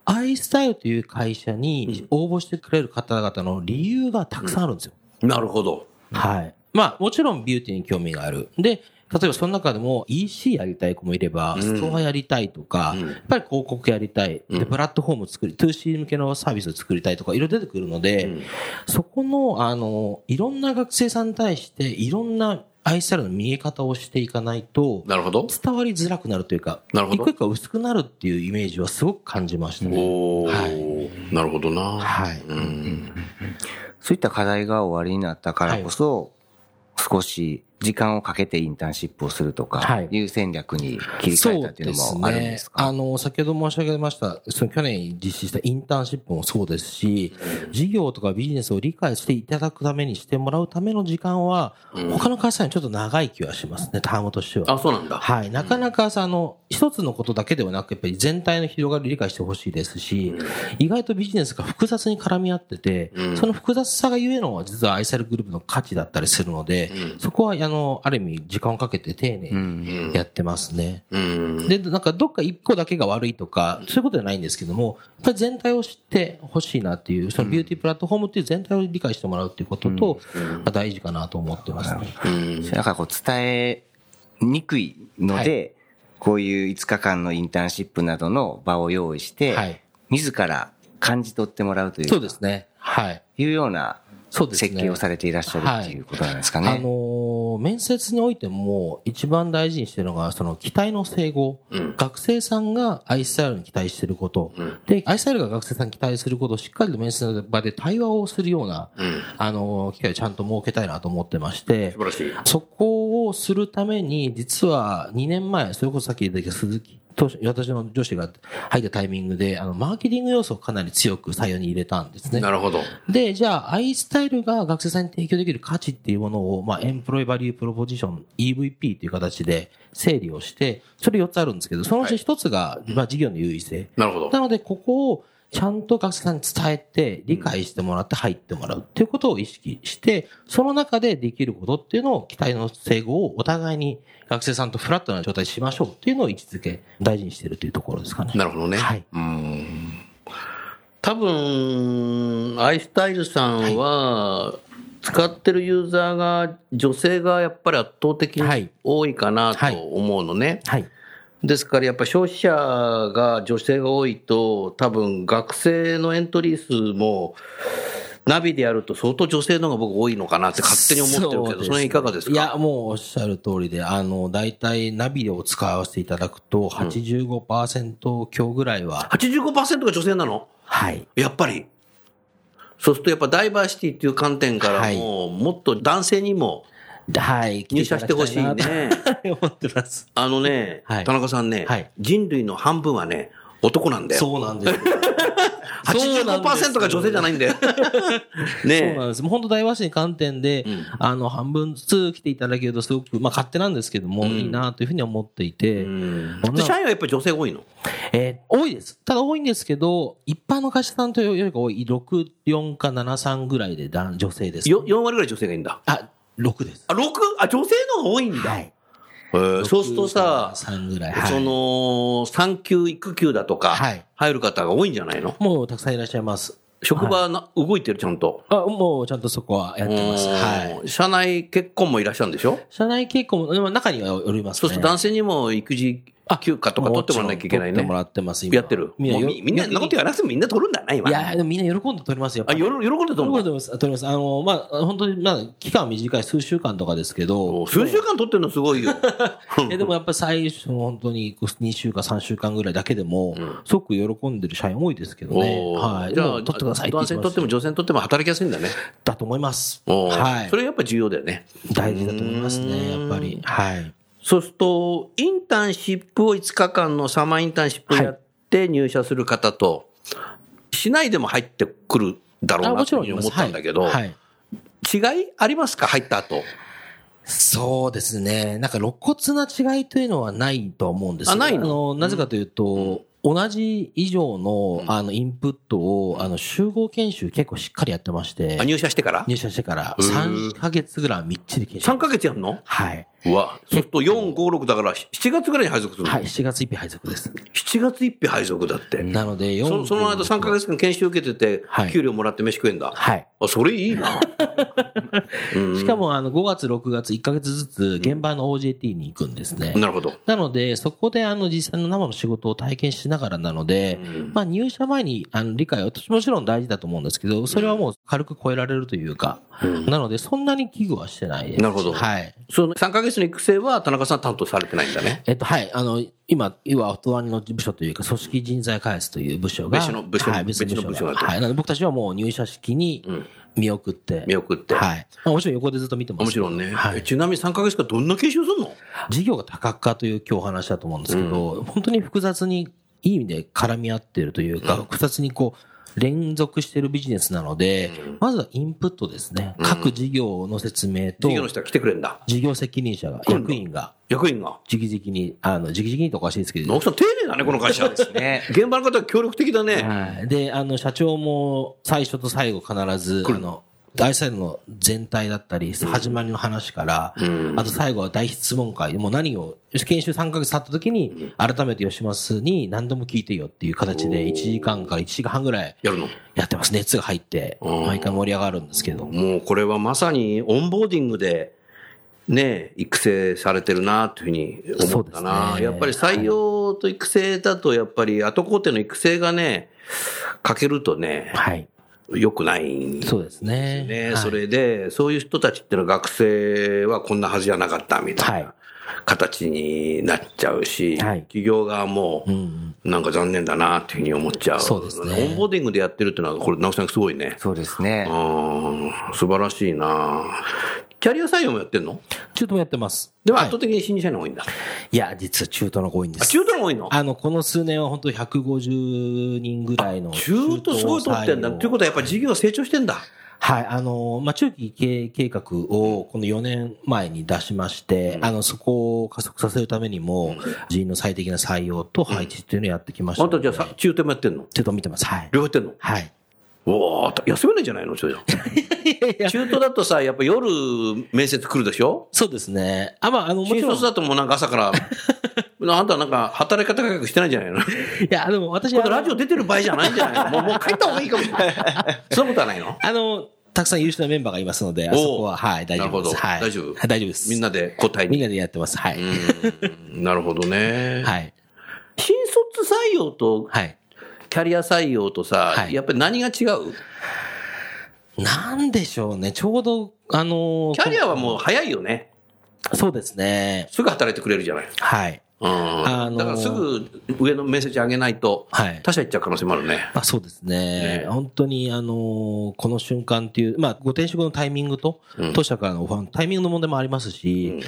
[SPEAKER 7] アイスタイルという会社に応募してくれる方々の理由がたくさんあるんですよ。
[SPEAKER 2] なるほど。
[SPEAKER 7] はい。まあ、もちろんビューティーに興味がある。で、例えばその中でも EC やりたい子もいれば、
[SPEAKER 2] ん
[SPEAKER 7] ストアやりたいとか、
[SPEAKER 2] う
[SPEAKER 7] や
[SPEAKER 2] ん
[SPEAKER 7] っぱり広告やりたい、
[SPEAKER 2] うん
[SPEAKER 7] で、プラットフォーム作り、2C 向けのサービスを作りたいとか、いろいろ出てくるので、
[SPEAKER 2] うん
[SPEAKER 7] そこの、あの、いろんな学生さんに対して、いろんな愛されの見え方をしていかないと、
[SPEAKER 2] なるほど。
[SPEAKER 7] 伝わりづらくなるというか、
[SPEAKER 2] なるほ
[SPEAKER 7] 一
[SPEAKER 2] ど
[SPEAKER 7] 個一個薄くなるっていうイメージはすごく感じましたね。
[SPEAKER 2] おお、
[SPEAKER 7] は
[SPEAKER 2] なるほどな。
[SPEAKER 7] はい。
[SPEAKER 2] うん。
[SPEAKER 8] そういった課題が終わりになったからこそ、少し時間をかけてインターンシップをすると
[SPEAKER 7] は
[SPEAKER 8] か
[SPEAKER 7] い、
[SPEAKER 8] いう戦略に切り替えたっていうのもあるんですか
[SPEAKER 7] そうね、あの、先ほど申し上げました、その去年実施したインターンシップもそうですし、事業とかビジネスを理解していただくためにしてもらうための時間は、他の会社にちょっと長い気はしますね、タームとしては。
[SPEAKER 2] あ、そうなんだ。
[SPEAKER 7] はい。なかなかさ、あの、一つのことだけではなく、やっぱり全体の広がりを理解してほしいですし、意外とビジネスが複雑に絡み合ってて、その複雑さがゆえの、実は愛されグループの価値だったりするので、そこは、あの、ある意味、時間をかけて丁寧にやってますね。
[SPEAKER 2] うん。
[SPEAKER 7] で、なんかどっか一個だけが悪いとか、そういうことじゃないんですけども、やっぱり全体を知ってほしいなっていう、そのビューティープラットフォームっていう全体を理解してもらうっていうことと、まあ大事かなと思ってますね。
[SPEAKER 2] うん
[SPEAKER 8] だからこう伝えにくいので、こういう5日間のインターンシップなどの場を用意して、
[SPEAKER 7] はい
[SPEAKER 8] 自ら感じ取ってもらうという
[SPEAKER 7] そうですね。はい。
[SPEAKER 8] いうような
[SPEAKER 7] そうですね
[SPEAKER 8] 設計をされていらっしゃる
[SPEAKER 7] はい
[SPEAKER 8] っていうことなんですかね。
[SPEAKER 7] あのー面接においても一番大事にしてるのが、その期待の整合。学生さんが ISR に期待してること。で、ISR が学生さんに期待することをしっかりと面接の場で対話をするような、あのー機会をちゃんと設けたいなと思ってまして
[SPEAKER 2] 素、晴らしい。
[SPEAKER 7] そこをするために、実は2年前、それこそさっき出てきた鈴木、当初私の上司が入ったタイミングで、あの、マーケティング要素をかなり強く採用に入れたんですね。
[SPEAKER 2] なるほど。
[SPEAKER 7] で、じゃあ、アイスタイルが学生さんに提供できる価値っていうものを、まあ、エンプロイバリュープロポジション、EVP という形で整理をして、それ4つあるんですけど、そのうち1つが、まあ、事業の優位性。
[SPEAKER 2] なるほど。
[SPEAKER 7] なので、ここをちゃんと学生さんに伝えて、理解してもらって入ってもらうっていうことを意識して、その中でできることっていうのを、期待の整合をお互いに学生さんとフラットな状態にしましょうっていうのを位置づけ、大事にしてるというところですかね。
[SPEAKER 2] なるほどね。
[SPEAKER 7] はい。
[SPEAKER 2] うん。多分、アイスタイルさんは、使ってるユーザーが、女性がやっぱり圧倒的
[SPEAKER 7] は
[SPEAKER 2] に
[SPEAKER 7] い
[SPEAKER 2] 多いかな
[SPEAKER 7] はい
[SPEAKER 2] と思うのね。
[SPEAKER 7] はい。
[SPEAKER 2] ですからやっぱ消費者が女性が多いと多分学生のエントリー数もナビでやると相当女性の方が僕多いのかなって勝手に思ってるけどそ,、
[SPEAKER 7] うですね
[SPEAKER 2] の辺いかがですか
[SPEAKER 7] いや、もうおっしゃる通りで、あの、大体ナビを使わせていただくと、85%強ぐらいは、
[SPEAKER 2] 85%が女性なの
[SPEAKER 7] はい。
[SPEAKER 2] やっぱりそうするとやっぱダイバーシティっていう観点からも、もっと男性にも
[SPEAKER 7] はい。
[SPEAKER 2] 入社してほしい
[SPEAKER 7] 来てただき
[SPEAKER 2] ね
[SPEAKER 7] たいなと思って ます。
[SPEAKER 2] あのね、
[SPEAKER 7] はい
[SPEAKER 2] 田中さんね、
[SPEAKER 7] はい
[SPEAKER 2] 人類の半分はね男なんだよ
[SPEAKER 7] そうなんですよ。
[SPEAKER 2] 85%が女性じゃないんだよ
[SPEAKER 7] そう
[SPEAKER 2] ね
[SPEAKER 7] なんです。もう本当大和紙に観点で、
[SPEAKER 2] ん
[SPEAKER 7] あの、半分ずつ来ていただけると、すごく、まあ、勝手なんですけども、
[SPEAKER 2] うん
[SPEAKER 7] いいなというふうに思っていて、
[SPEAKER 2] うん
[SPEAKER 7] 女の
[SPEAKER 2] 社員はやっぱり女性多いの
[SPEAKER 7] えー多いです。ただ多いんですけど、一般の会社さんというよりか多い、6、4か7、3ぐらいで男女性です。
[SPEAKER 2] よ4割ぐらい女性がいいんだ
[SPEAKER 7] あ、6です。
[SPEAKER 2] あ、六あ、女性の方が多いんだ。
[SPEAKER 7] はい
[SPEAKER 2] へーそうするとさ、
[SPEAKER 7] 3ぐらい。はい
[SPEAKER 2] その、産休、育休だとか、
[SPEAKER 7] はい
[SPEAKER 2] 入る方が多いんじゃないの
[SPEAKER 7] もうたくさんいらっしゃいます。
[SPEAKER 2] 職場な、動いてる、ちゃんと。
[SPEAKER 7] あ、もうちゃんとそこはやってます。
[SPEAKER 2] うーん
[SPEAKER 7] はい。
[SPEAKER 2] 社内結婚もいらっしゃるんでしょ
[SPEAKER 7] 社内結婚も、でも中にはおりますね。
[SPEAKER 2] そうすると男性にも育児休暇とか取ってもらわなきゃいけない
[SPEAKER 7] もちろん取って
[SPEAKER 2] ね
[SPEAKER 7] も。らってます、今
[SPEAKER 2] やってる。
[SPEAKER 7] みんな
[SPEAKER 2] もう
[SPEAKER 7] よ、
[SPEAKER 2] みみんな、そんなことやらなくてもみんな取るんだな、今。
[SPEAKER 7] いや、でもみんな喜んで取りますよ。
[SPEAKER 2] あ、よろ喜んで
[SPEAKER 7] 喜
[SPEAKER 2] 取
[SPEAKER 7] んで取り
[SPEAKER 2] るんだ。
[SPEAKER 7] ます。取ります。あの、まあ、本当に、まあ、期間は短い、数週間とかですけど、
[SPEAKER 2] 数週間取ってるのすご いよ。
[SPEAKER 7] えでもやっぱり最初、本当に2週間、3週間ぐらいだけでも、すごく喜んでる社員多いですけどね。
[SPEAKER 2] おー
[SPEAKER 7] はい。
[SPEAKER 2] じ
[SPEAKER 7] で
[SPEAKER 2] ゃ
[SPEAKER 7] も
[SPEAKER 2] あ、
[SPEAKER 7] 取ってくださいって言
[SPEAKER 2] 男
[SPEAKER 7] って
[SPEAKER 2] 性に
[SPEAKER 7] ま
[SPEAKER 2] とっ
[SPEAKER 7] す
[SPEAKER 2] ても女性にとっても働きやすいんだね。
[SPEAKER 7] だと思います。
[SPEAKER 2] おー
[SPEAKER 7] はい
[SPEAKER 2] そ。れやっぱ重要だよね。
[SPEAKER 7] 大事だと思いますね、やっぱり。はい。
[SPEAKER 2] そうすると、インターンシップを5日間のサマーインターンシップをやって入社する方と、しないでも入ってくるだろうなというふうに思ったんだけど、
[SPEAKER 7] はいはい
[SPEAKER 2] 違いありますか入った後。
[SPEAKER 7] そうですね。なんか露骨な違いというのはないとは思うんですよ
[SPEAKER 2] あないの
[SPEAKER 7] の、なぜかというと、同じ以上の、あの、インプットを、あの、集合研修結構しっかりやってまして
[SPEAKER 2] あ、入社してから
[SPEAKER 7] 入社してから
[SPEAKER 2] へー
[SPEAKER 7] 3ヶ月ぐらいはみっちり研修。
[SPEAKER 2] ?3 ヶ月やんの
[SPEAKER 7] はい。
[SPEAKER 2] わ。そうすると4、5、6だから7月ぐらいに配属するの。
[SPEAKER 7] はい、7月1日配属です。
[SPEAKER 2] 7月1日配属だって。
[SPEAKER 7] なので、
[SPEAKER 2] そその間3ヶ
[SPEAKER 7] 月。
[SPEAKER 2] 月間研修受けてて
[SPEAKER 7] は、い
[SPEAKER 2] 給料もらって飯食えんだ。
[SPEAKER 7] はい。
[SPEAKER 2] あ、それいい な。うん
[SPEAKER 7] しか、も、あの、5月、6月、1ヶ月ずつ、現場の OJT に行くんですね。
[SPEAKER 2] なるほど。
[SPEAKER 7] なので、そこで、あの、実際の生の仕事を体験しながらなので、まあ、入社前に、あの、理解は、もちろん大事だと思うんですけど、それはもう軽く超えられるというか、なので、そんなに危惧はしてないです。
[SPEAKER 2] なるほど
[SPEAKER 7] はい。
[SPEAKER 2] その3ヶ月の育成は田中さん担当されてないんだね。
[SPEAKER 7] えっと、はい。あの、今、要は、隣の部署というか、組織人材開発という部署が。
[SPEAKER 2] 別の部署
[SPEAKER 7] はい、別の部署が。
[SPEAKER 2] 別の部署がと
[SPEAKER 7] はい。なので、僕たちはもう入社式に
[SPEAKER 2] うん
[SPEAKER 7] 見送って。
[SPEAKER 2] 見送って。
[SPEAKER 7] はい。まあもちろん横でずっと見てます。
[SPEAKER 2] もちろんね。
[SPEAKER 7] は
[SPEAKER 2] え
[SPEAKER 7] い。
[SPEAKER 2] ちなみに3ヶ月間どんな研修するの
[SPEAKER 7] 事業が多角化という今日お話だと思うんですけど、本当に複雑に、いい意味で絡み合ってるというか、複雑にこう、連続してるビジネスなので、まずはインプットですね。各事業の説明と
[SPEAKER 2] 事、業の人が来てくれるんだ。
[SPEAKER 7] 事業責任者が、役員が、
[SPEAKER 2] 役員が。
[SPEAKER 7] 直々に、あの、直々にとおかしいですけど
[SPEAKER 2] 直、樹さん丁寧だね、この会社。現
[SPEAKER 8] ね。
[SPEAKER 2] 場の方は協力的だね。
[SPEAKER 7] はい。で、あの、社長も最初と最後必ず、あの、大サイドの全体だったり、始まりの話から、あと最後は大質問会で、もう何を、研修3ヶ月経った時に、改めて吉松に何度も聞いてよっていう形で、1時間から1時間半ぐらい
[SPEAKER 2] やるの。
[SPEAKER 7] やってます。熱が入って、
[SPEAKER 2] おー
[SPEAKER 7] 毎回盛り上がるんですけど。
[SPEAKER 2] もうこれはまさにオンボーディングで、ね、育成されてるなというふうに思った
[SPEAKER 7] そう
[SPEAKER 2] な、
[SPEAKER 7] ですね
[SPEAKER 2] やっぱり採用と育成だと、やっぱり後工程の育成がね、かけるとね、
[SPEAKER 7] はい。
[SPEAKER 2] 良くないんです
[SPEAKER 7] そうですね。
[SPEAKER 2] ね。
[SPEAKER 7] はい
[SPEAKER 2] それで、そういう人たちっていうのは学生はこんなはずじゃなかったみたい
[SPEAKER 7] は
[SPEAKER 2] な形になっちゃうし、
[SPEAKER 7] はい
[SPEAKER 2] 企業側も
[SPEAKER 7] うんうん。
[SPEAKER 2] なんか残念だなというふうに思っちゃう。
[SPEAKER 7] そうですね
[SPEAKER 2] オンボーディングでやってるっていうのは、これ直樹さんすごいね。
[SPEAKER 8] そうですね。
[SPEAKER 2] ああ、素晴らしいな。キャリア採用もやってんの
[SPEAKER 7] 中途もやってます。
[SPEAKER 2] でも
[SPEAKER 7] は
[SPEAKER 2] 圧
[SPEAKER 7] い
[SPEAKER 2] 倒的に新入社員の方が多いんだ。
[SPEAKER 7] いや、実は中途の方が多いんで
[SPEAKER 2] あ、
[SPEAKER 7] す。
[SPEAKER 2] 中途の方が多いの
[SPEAKER 7] あの、この数年は本当150人ぐらいの。
[SPEAKER 2] 中途すごい取ってんだ。
[SPEAKER 7] 採用
[SPEAKER 2] ということはやっぱり事業成長してんだ。
[SPEAKER 7] はい、あの、まあ、中期経営計画をこの4年前に出しまして、あの、そこを加速させるためにも、人員の最適な採用と配置っていうのをやってきました
[SPEAKER 2] あん
[SPEAKER 7] ので、
[SPEAKER 2] たじゃあさ中途もやってんの
[SPEAKER 7] ちょっと見てます。はい。
[SPEAKER 2] 両方やってんの
[SPEAKER 7] はい。
[SPEAKER 2] おお休めないんじゃないのそれじゃ中途だとさ、やっぱ夜面接来るでしょ
[SPEAKER 7] そうですね。あ、まあ、あの、もち
[SPEAKER 2] 新
[SPEAKER 7] ろん、
[SPEAKER 2] 卒
[SPEAKER 7] い
[SPEAKER 2] だともうなんか朝から、あんたなんか働き方改革してないんじゃないの
[SPEAKER 7] や、でも私
[SPEAKER 2] 今度
[SPEAKER 7] は
[SPEAKER 2] ラ、ジオ出てる場合じゃないんじゃないのもうもう帰った方がいいかもしれ ない。そんなことはないの
[SPEAKER 7] あの、たくさん優秀なメンバーがいますので、あそこ
[SPEAKER 2] おう
[SPEAKER 7] は、はい、大丈夫です。
[SPEAKER 2] な
[SPEAKER 7] はい。
[SPEAKER 2] るほど大丈夫
[SPEAKER 7] はい大丈夫です。
[SPEAKER 2] みんなで答え
[SPEAKER 7] みん
[SPEAKER 2] に。
[SPEAKER 7] なでやってます。はい。
[SPEAKER 2] うんなるほどね。
[SPEAKER 7] はい。
[SPEAKER 2] 新卒採用と
[SPEAKER 7] はい。
[SPEAKER 2] キャリア採用とさ、
[SPEAKER 7] はい
[SPEAKER 2] やっぱり何が違う
[SPEAKER 7] なんでしょうね。ちょうど、あの
[SPEAKER 2] キャリアはもう早いよね。
[SPEAKER 7] そうですね。
[SPEAKER 2] すぐ働いてくれるじゃない。
[SPEAKER 7] はい。
[SPEAKER 2] うん
[SPEAKER 7] あのー
[SPEAKER 2] だからすぐ上の面接上げないと、
[SPEAKER 7] はい。
[SPEAKER 2] 他社行っちゃう可能性もあるね。
[SPEAKER 7] まあ、そうですね
[SPEAKER 2] ね。
[SPEAKER 7] 本当に、あのーこの瞬間っていう、まあ、ご転職のタイミングと、
[SPEAKER 2] うん
[SPEAKER 7] 当社からのオファーのタイミングの問題もありますし、
[SPEAKER 2] うん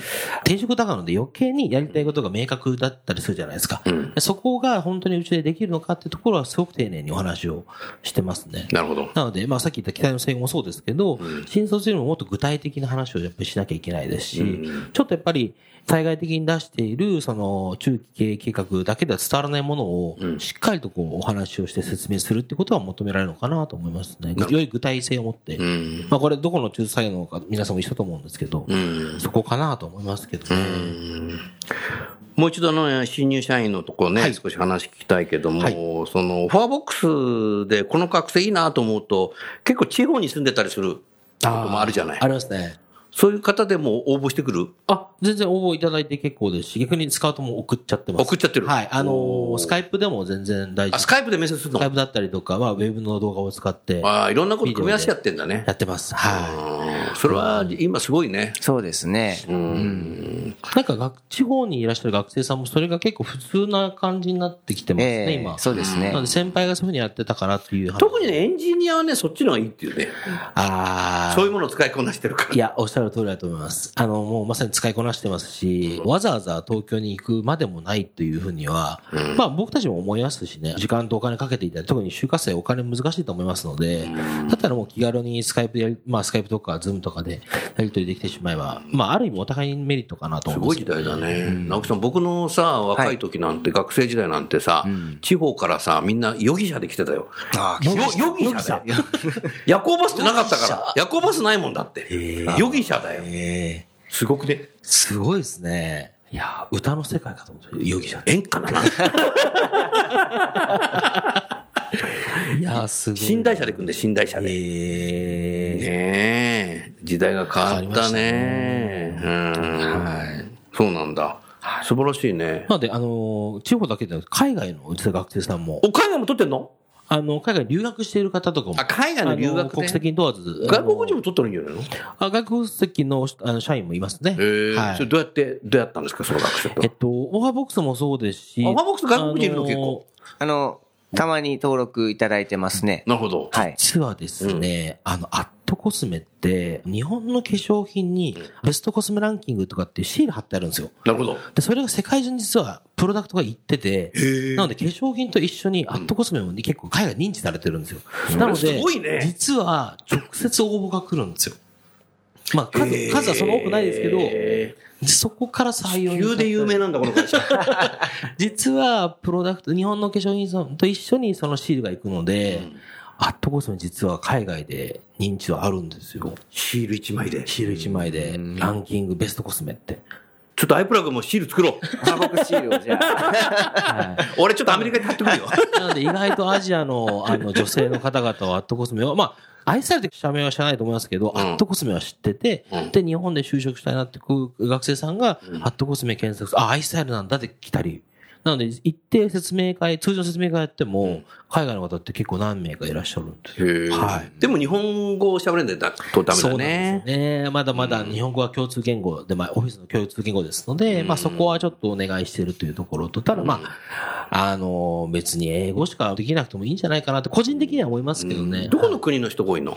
[SPEAKER 7] 転職だからので余計にやりたいことが明確だったりするじゃないですか。
[SPEAKER 2] うん
[SPEAKER 7] そこが本当にうちでできるのかっていうところはすごく丁寧にお話をしてますね。
[SPEAKER 2] なるほど。
[SPEAKER 7] なので、まあ、さっき言った期待の制御もそうですけど、新卒よりももっと具体的な話をやっぱりしなきゃいけないですし、
[SPEAKER 2] うん
[SPEAKER 7] ちょっとやっぱり、対外的に出している、その、中期経営計画だけでは伝わらないものを
[SPEAKER 2] う、ん
[SPEAKER 7] しっかりとこう、お話をして説明するってことは求められるのかなと思いますね。より具体性を持って。
[SPEAKER 2] うん。
[SPEAKER 7] まあ、これ、どこの中途採用のか、皆さんも一緒だと思うんですけど、
[SPEAKER 2] うん。
[SPEAKER 7] そこかなと思いますけどね。
[SPEAKER 2] もう一度の新入社員のところね、少し話聞きたいけども、
[SPEAKER 7] はい
[SPEAKER 2] そのオファーボックスでこの学生いいなと思うと、結構地方に住んでたりすることもあるじゃない
[SPEAKER 7] あ。りますね。
[SPEAKER 2] そういう方でも応募してくる
[SPEAKER 7] あ、全然応募いただいて結構ですし、逆にスカウトも送っちゃってます。
[SPEAKER 2] 送っちゃってる
[SPEAKER 7] はい。あの
[SPEAKER 2] おー
[SPEAKER 7] ー、スカイプでも全然大丈
[SPEAKER 2] あ、
[SPEAKER 7] 夫
[SPEAKER 2] ス。カイプで面接するの
[SPEAKER 7] ライブだったりとかは、ウェブの動画を使ってや
[SPEAKER 2] ああ、いろんなこと組み合わせちゃってんだね。
[SPEAKER 7] ってます。は
[SPEAKER 2] あーそれは今すごいね。
[SPEAKER 8] そうですね。
[SPEAKER 2] うん。
[SPEAKER 7] い。なんか学、地方にいらっしゃる学生さんも、それが結構普通な感じになってきてますね、
[SPEAKER 8] ええ
[SPEAKER 7] 今。
[SPEAKER 8] そうです
[SPEAKER 7] な
[SPEAKER 8] ね
[SPEAKER 7] の。で、先輩がそういうふうにやってたからっていう話。
[SPEAKER 2] 特にね、エンジニアはね、そっちの方がいいっていうね。
[SPEAKER 7] ああ。
[SPEAKER 2] そういうものを使いこなしてるから。
[SPEAKER 7] いや、おっしゃゃる通りだと思います。あの、もうまさに使いこなしてますし、わざわざ東京に行くまでもないというふうには、まあ僕たちも思いますしね、時間とお金かけていただいて、特に就活生お金難しいと思いますので、だったらもう気軽にスカイプでやり、まあスカイプとかズームとかでやり取りできてしまえば、まあある意味お互いにメリットかなと
[SPEAKER 2] す
[SPEAKER 7] 思
[SPEAKER 2] ご
[SPEAKER 7] う
[SPEAKER 2] い
[SPEAKER 7] んで
[SPEAKER 2] 時
[SPEAKER 7] すよ
[SPEAKER 2] 代だね。直樹さん、僕のさ、若い時なんて、学生時代なんてさ、地方からさ、みんな容疑者で来てたよ。
[SPEAKER 8] あ
[SPEAKER 2] よ容疑者だよ。 夜行バスってなかったから。夜行バスないもんだって。容疑者だよ。
[SPEAKER 7] ええ
[SPEAKER 2] すごくね。
[SPEAKER 7] すごいですね。いやー、歌の世界かと思って、容疑者。
[SPEAKER 2] 演歌 だな。
[SPEAKER 7] いやー、すごい。
[SPEAKER 2] 寝台車で来んで、寝台車で。ね
[SPEAKER 7] ええ
[SPEAKER 2] え。時代が変わったね。うん。そうなんだ。素晴らしいね。
[SPEAKER 7] なので、あのー地方だけでなく海外の実は学生さんも、
[SPEAKER 2] お金も取ってんの
[SPEAKER 7] あの、海外に留学している方とかも、
[SPEAKER 2] あ、海外の留
[SPEAKER 7] あの
[SPEAKER 2] 学
[SPEAKER 7] 国籍に問わず、
[SPEAKER 2] 外国人
[SPEAKER 7] も
[SPEAKER 2] も取ってるんじゃないの
[SPEAKER 7] 外国籍のあの社員もいますね。
[SPEAKER 2] ええ
[SPEAKER 7] はい
[SPEAKER 2] それどうやって、どうやったんですか、その学習
[SPEAKER 7] えっと、オファーボックスもそうですし、
[SPEAKER 2] オファーボックス外国人いるの
[SPEAKER 7] あ
[SPEAKER 2] 結構。
[SPEAKER 8] あの、たまに登録いただいてますね。
[SPEAKER 2] なるほど。
[SPEAKER 8] はい。
[SPEAKER 7] 実はですね、あの、アットコスメって、日本の化粧品にベストコスメランキングとかっていうシール貼ってあるんですよ。
[SPEAKER 2] なるほど。
[SPEAKER 7] で、それが世界中に実はプロダクトが行ってて、なので化粧品と一緒にアットコスメも結構海外認知されてるんですよ。なの
[SPEAKER 2] それ
[SPEAKER 7] で、
[SPEAKER 2] すごいね
[SPEAKER 7] 実は直接応募が来るんですよ。まあ数、数はそんな多くないですけど、そこから採用に
[SPEAKER 2] 急で有名なんだ、この会社。
[SPEAKER 7] 実はプロダクト、日本の化粧品さんと一緒にそのシールが行くので、アットコスメ実は海外で認知はあるんですよ。
[SPEAKER 2] シール1枚で。
[SPEAKER 7] シール1枚でランキングベストコスメって。
[SPEAKER 2] ちょっとアイプラグもシール作ろう。
[SPEAKER 8] ハーボクシールをじゃあ。
[SPEAKER 7] はい
[SPEAKER 2] 俺ちょっとアメリカに買ってくるよ。
[SPEAKER 7] なので意外とアジアのあ の女性の方々はアットコスメは、まあ、愛されてる社名は知らないと思いますけど、
[SPEAKER 2] うん
[SPEAKER 7] アットコスメは知ってて、
[SPEAKER 2] うん
[SPEAKER 7] で、日本で就職したいなってこう学生さんが、アットコスメ検索する、あ、愛されるなんだって来たり。なので、一定説明会、通常説明会やっても、海外の方って結構何名かいらっしゃるんですよ。はい。
[SPEAKER 2] でも日本語を喋れないとダメだね。
[SPEAKER 7] そうなんですよね。まだまだ日本語は共通言語で、まあ、オフィスの共通言語ですので、まあ、そこはちょっとお願いしてるというところと、ただまあ、あの、別に英語しかできなくてもいいんじゃないかなって、個人的には思いますけどね。
[SPEAKER 2] どこの国の人が多いの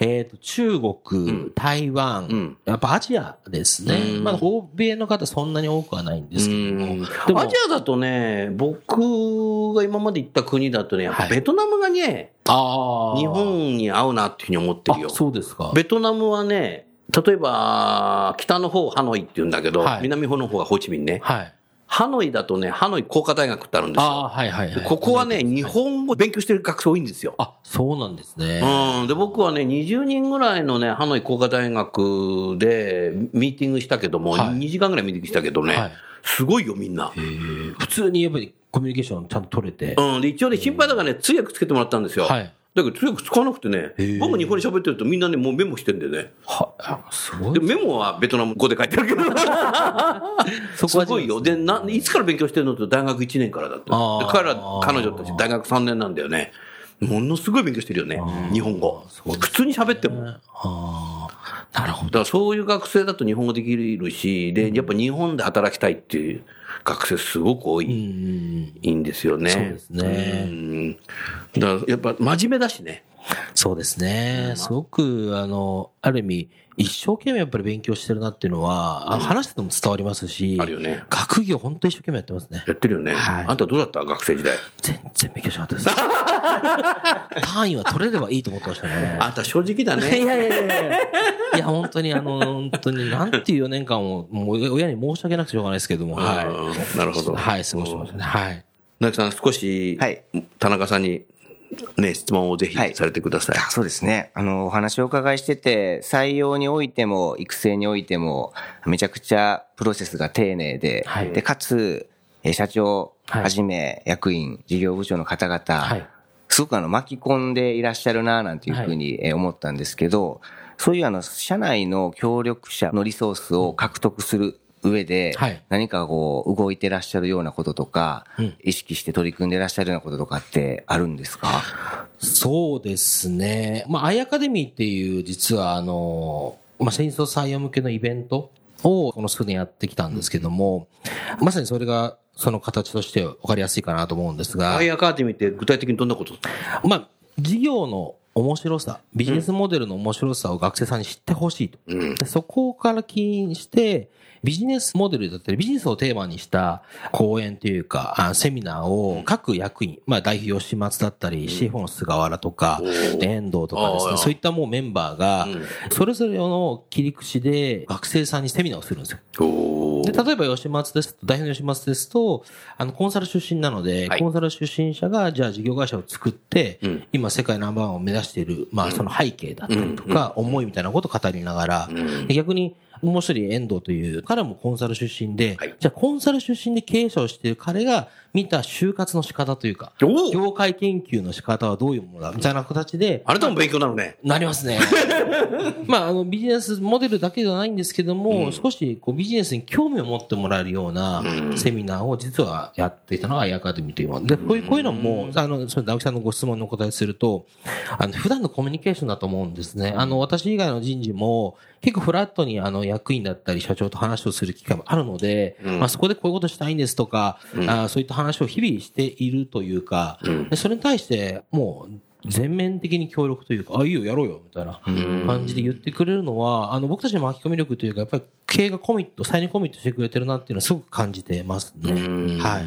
[SPEAKER 7] えっと、中国、台湾、
[SPEAKER 2] うん
[SPEAKER 7] やっぱアジアですね。まあ、欧米の方そんなに多くはないんですけども。でも
[SPEAKER 2] アジアだとね、僕が今まで行った国だとね、やっぱ
[SPEAKER 7] はい
[SPEAKER 2] ベトナムがね、
[SPEAKER 7] あー
[SPEAKER 2] 日本に合うなっていうふうに思ってるよ
[SPEAKER 7] あ。そうですか。
[SPEAKER 2] ベトナムはね、例えば、北の方ハノイって言うんだけど、
[SPEAKER 7] はい
[SPEAKER 2] 南方の方がホーチミンね。
[SPEAKER 7] はい。
[SPEAKER 2] ハノイだとね、ハノイ工科大学ってあるんです
[SPEAKER 7] あ
[SPEAKER 2] よ。
[SPEAKER 7] あ、はいはいはい。
[SPEAKER 2] ここはね、日本語勉強してる学生多いんですよ。
[SPEAKER 7] あ、そうなんですね。
[SPEAKER 2] うん、で僕はね、20人ぐらいのね、ハノイ工科大学でミーティングしたけども、
[SPEAKER 7] はい
[SPEAKER 2] 2時間ぐらいミーティングしたけどね、
[SPEAKER 7] はい
[SPEAKER 2] すごいよ、みんな。
[SPEAKER 7] 普通にやっぱりコミュニケーションちゃんと取れて。
[SPEAKER 2] うん、で一応ね、心配だからね、通訳つけてもらったんですよ。
[SPEAKER 7] はい。
[SPEAKER 2] だけど、通訳使わなくてね、僕、日本に喋ってると、みんなね、もうメモしてんでね、
[SPEAKER 7] はあすご
[SPEAKER 2] で
[SPEAKER 7] い。
[SPEAKER 2] メモはベトナム語で書いてあるけど、
[SPEAKER 7] そ
[SPEAKER 2] すごいよ、でないつから勉強してるのって、大学1年からだって、で
[SPEAKER 7] あー
[SPEAKER 2] 彼ら、彼女たち、大学3年なんだよね、ものすごい勉強してるよね、日本語、普通に喋っても。
[SPEAKER 7] ああ、なるほ
[SPEAKER 2] だからそういう学生だと日本語できるし、で、やっぱ日本で働きたいっていう学生すごく多
[SPEAKER 7] ど。う
[SPEAKER 2] い、
[SPEAKER 7] ん。
[SPEAKER 2] いいんですよね。
[SPEAKER 7] そうですね
[SPEAKER 2] うん。だからやっぱ真面目だしね。
[SPEAKER 7] そうですね。すごく、あの、ある意味、一生懸命やっぱり勉強してるなっていうのは、あの話してても伝わりますし、
[SPEAKER 2] あるよね。
[SPEAKER 7] 学業本当一生懸命やってますね。
[SPEAKER 2] やってるよね。
[SPEAKER 7] はい
[SPEAKER 2] あんたどうだった学生時代。
[SPEAKER 7] 全然勉強しなかったです。 単位は取れればいいと思ってましたね。
[SPEAKER 2] あんた正直だね。
[SPEAKER 7] いやいやいやいや。いや、本当に、あの、本当に、なんていう4年間を、もう親に申し訳なくてしょうがないですけども、は
[SPEAKER 2] うんなるほ
[SPEAKER 7] い。
[SPEAKER 2] ど。
[SPEAKER 7] はい、過ごしてましたね。はい。
[SPEAKER 2] なきさん、少し
[SPEAKER 8] はい、
[SPEAKER 2] 田中さんに、ね、質問をぜひ
[SPEAKER 8] はい
[SPEAKER 2] されてください。
[SPEAKER 8] あそうですね。あの、お話をお伺いしてて、採用においても、育成においても、めちゃくちゃプロセスが丁寧で、
[SPEAKER 7] はい
[SPEAKER 8] で、かつ、えー社長
[SPEAKER 7] はい
[SPEAKER 8] はじめ、役員、事業部長の方々、
[SPEAKER 7] はい。
[SPEAKER 8] すごくあの巻き込んでいらっしゃるなあなんていうふうにえー思ったんですけど、そういうあの社内の協力者のリソースを獲得する上で
[SPEAKER 7] はい、
[SPEAKER 8] 何かこう動いてらっしゃるようなこととか、
[SPEAKER 7] うん
[SPEAKER 8] 意識して取り組んでらっしゃるようなこととかってあるんですか
[SPEAKER 7] そうですね。まあ、アイアカデミーっていう、実は、あの、まあ、新卒採用向けのイベントを、この数年やってきたんですけども、まさにそれが、その形として分かりやすいかなと思うんですが
[SPEAKER 2] ア、イアカーデミーって具体的にどんなこと
[SPEAKER 7] まあ、事業の面白さ、ビジネスモデルの面白さを学生さんに知ってほしいと。
[SPEAKER 2] うん
[SPEAKER 7] でそこから起因して、ビジネスモデルだったり、ビジネスをテーマにした講演というか、あセミナーを各役員、まあ代表吉松だったり、シフォン菅原とか、遠藤とかです
[SPEAKER 2] ああ
[SPEAKER 7] ね、そういったもうメンバーが、それぞれの切り口で学生さんにセミナーをするんですよ。
[SPEAKER 2] お
[SPEAKER 7] で、例えば吉松ですと、代表の吉松ですと、あの、コンサル出身なので、
[SPEAKER 2] はい
[SPEAKER 7] コンサル出身者が、じゃあ事業会社を作って、
[SPEAKER 2] うん
[SPEAKER 7] 今世界ナンバーワンを目指している、まあその背景だったりとか、思いみたいなことを語りながら、で逆に、もう一人遠藤という、彼もコンサル出身で、
[SPEAKER 2] はい
[SPEAKER 7] じゃあコンサル出身で経営者をしている彼が見た就活の仕方というか、
[SPEAKER 2] おー
[SPEAKER 7] 業界研究の仕方はどういうものだみたいな形で、
[SPEAKER 2] あれでも勉強なのね。
[SPEAKER 7] なります ね。まあ、あの、ビジネスモデルだけではないんですけども、少し、こう、ビジネスに興味を持ってもらえるようなセミナーを実はやっていたのがアイアカデミーというもので、こういう、こういうのも、あの、その、直木さんのご質問にお答えすると、あの、普段のコミュニケーションだと思うんですね。あの、私以外の人事も、結構フラットに、あの、役員だったり、社長と話をする機会もあるので、まあ、そこでこういうことしたいんですとか、あーそういった話を日々しているというか、でそれに対して、もう、全面的に協力というか、あ、いいよ、やろうよ、みたいな感じで言ってくれるのは、あの、僕たちの巻き込み力というか、やっぱり経営がコミット、再にコミットしてくれてるなっていうのはすごく感じてますね。はい。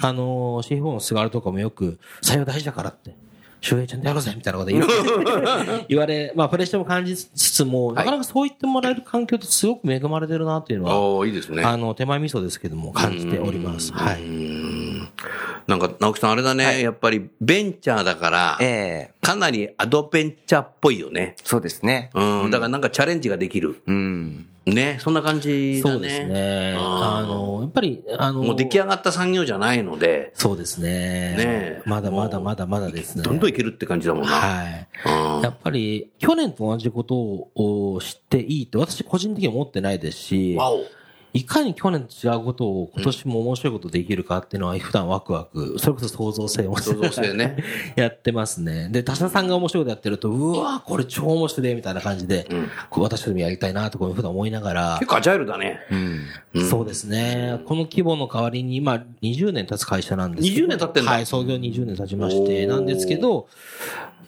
[SPEAKER 7] あの、CFO の菅原とかもよく、採用大事だからって、周平ちゃんでやろうぜ、みたいなこと言 う言われ、まあ、プレッシャーも感じつつも、なかなかそう言ってもらえる環境ってすごく恵まれてるなっていうのは、
[SPEAKER 2] おーいいですね。
[SPEAKER 7] あの、手前味噌ですけども、感じております。は
[SPEAKER 2] う
[SPEAKER 7] い。
[SPEAKER 2] んなんか、直樹さんあれだね、
[SPEAKER 8] はい
[SPEAKER 2] やっぱりベンチャーだから、
[SPEAKER 8] ええ
[SPEAKER 2] かなりアドベンチャーっぽいよね。
[SPEAKER 8] そうですね。
[SPEAKER 2] うん、だからなんかチャレンジができる。
[SPEAKER 8] うん。
[SPEAKER 2] ね、そんな感じだね。
[SPEAKER 7] そうですね。
[SPEAKER 2] あー
[SPEAKER 7] あの、やっぱり、あの、
[SPEAKER 2] もう出来上がった産業じゃないので、
[SPEAKER 7] そうですね。
[SPEAKER 2] ねえ
[SPEAKER 7] まだまだまだまだですね。
[SPEAKER 2] どんどんいけるって感じだもんな。
[SPEAKER 7] はい。
[SPEAKER 2] うん
[SPEAKER 7] やっぱり、去年と同じことを知っていいと私個人的には思ってないですし、
[SPEAKER 2] わお。
[SPEAKER 7] いかに去年と違うことを今年も面白いことできるかっていうのは普段ワクワク、それこそ創造性を
[SPEAKER 2] 創造性ね。
[SPEAKER 7] やってますね。で、他社さんが面白いことやってると、うわこれ超面白いみたいな感じで、こう私たちもやりたいなとこういうふうに思いながら
[SPEAKER 2] 結、構アジャイルだね。
[SPEAKER 8] うん。
[SPEAKER 7] そうですね。この規模の代わりに、今、20年経つ会社なんですけど
[SPEAKER 2] 20年経ってんだ
[SPEAKER 7] はい、創業20年経ちまして、
[SPEAKER 2] おー
[SPEAKER 7] なんですけど、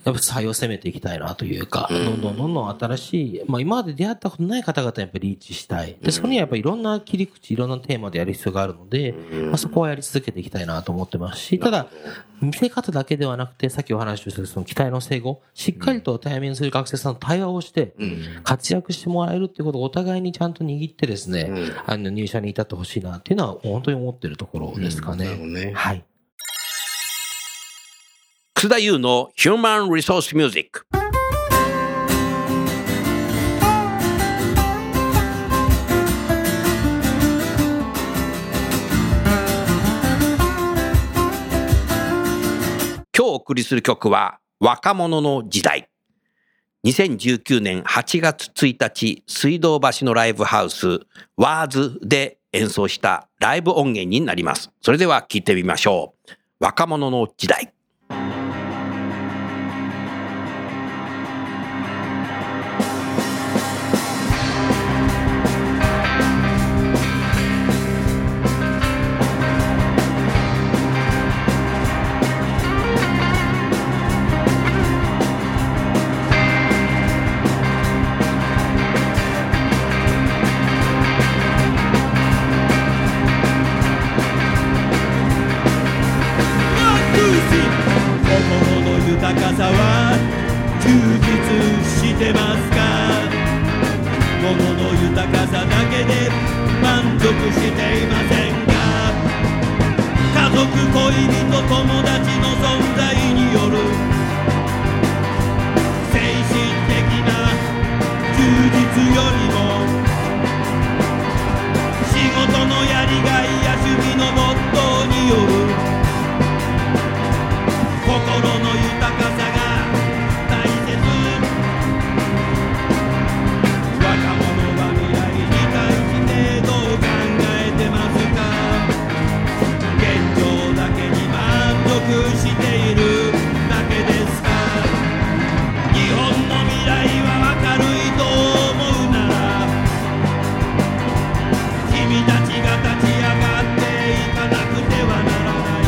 [SPEAKER 7] やっぱ採用を攻めていきたいなというか、どんどんどんどん新しい、まあ今まで出会ったことない方々にやっぱりリーチしたい。で、そこにはやっぱりいろんな切り口、いろんなテーマでやる必要があるので、まあそこはやり続けていきたいなと思ってますし、ただ、見せ方だけではなくて、さっきお話をしたその期待の整合、しっかりと対面する学生さんと対話をして、活躍してもらえるってことをお互いにちゃんと握ってですね、あの入社に至ってほしいなっていうのは本当に思ってるところですかね。はい。
[SPEAKER 2] 楠田優の Human Resource Music。今日お送りする曲は若者の時代。2019年8月1日、水道橋のライブハウス、ワーズで演奏したライブ音源になります。それでは聴いてみましょう。若者の時代。
[SPEAKER 9] 心の豊かさは充実してますか物の豊かさだけで満足していませんか家族恋人友達の存在による精神的な充実よりも仕事のやりがいや趣味の没頭による心の豊かさが大切若者は未来に対してどう考えてますか現状だけに満足しているだけですか日本の未来は明るいと思うなら君たちが立ち上がっていかなくてはならない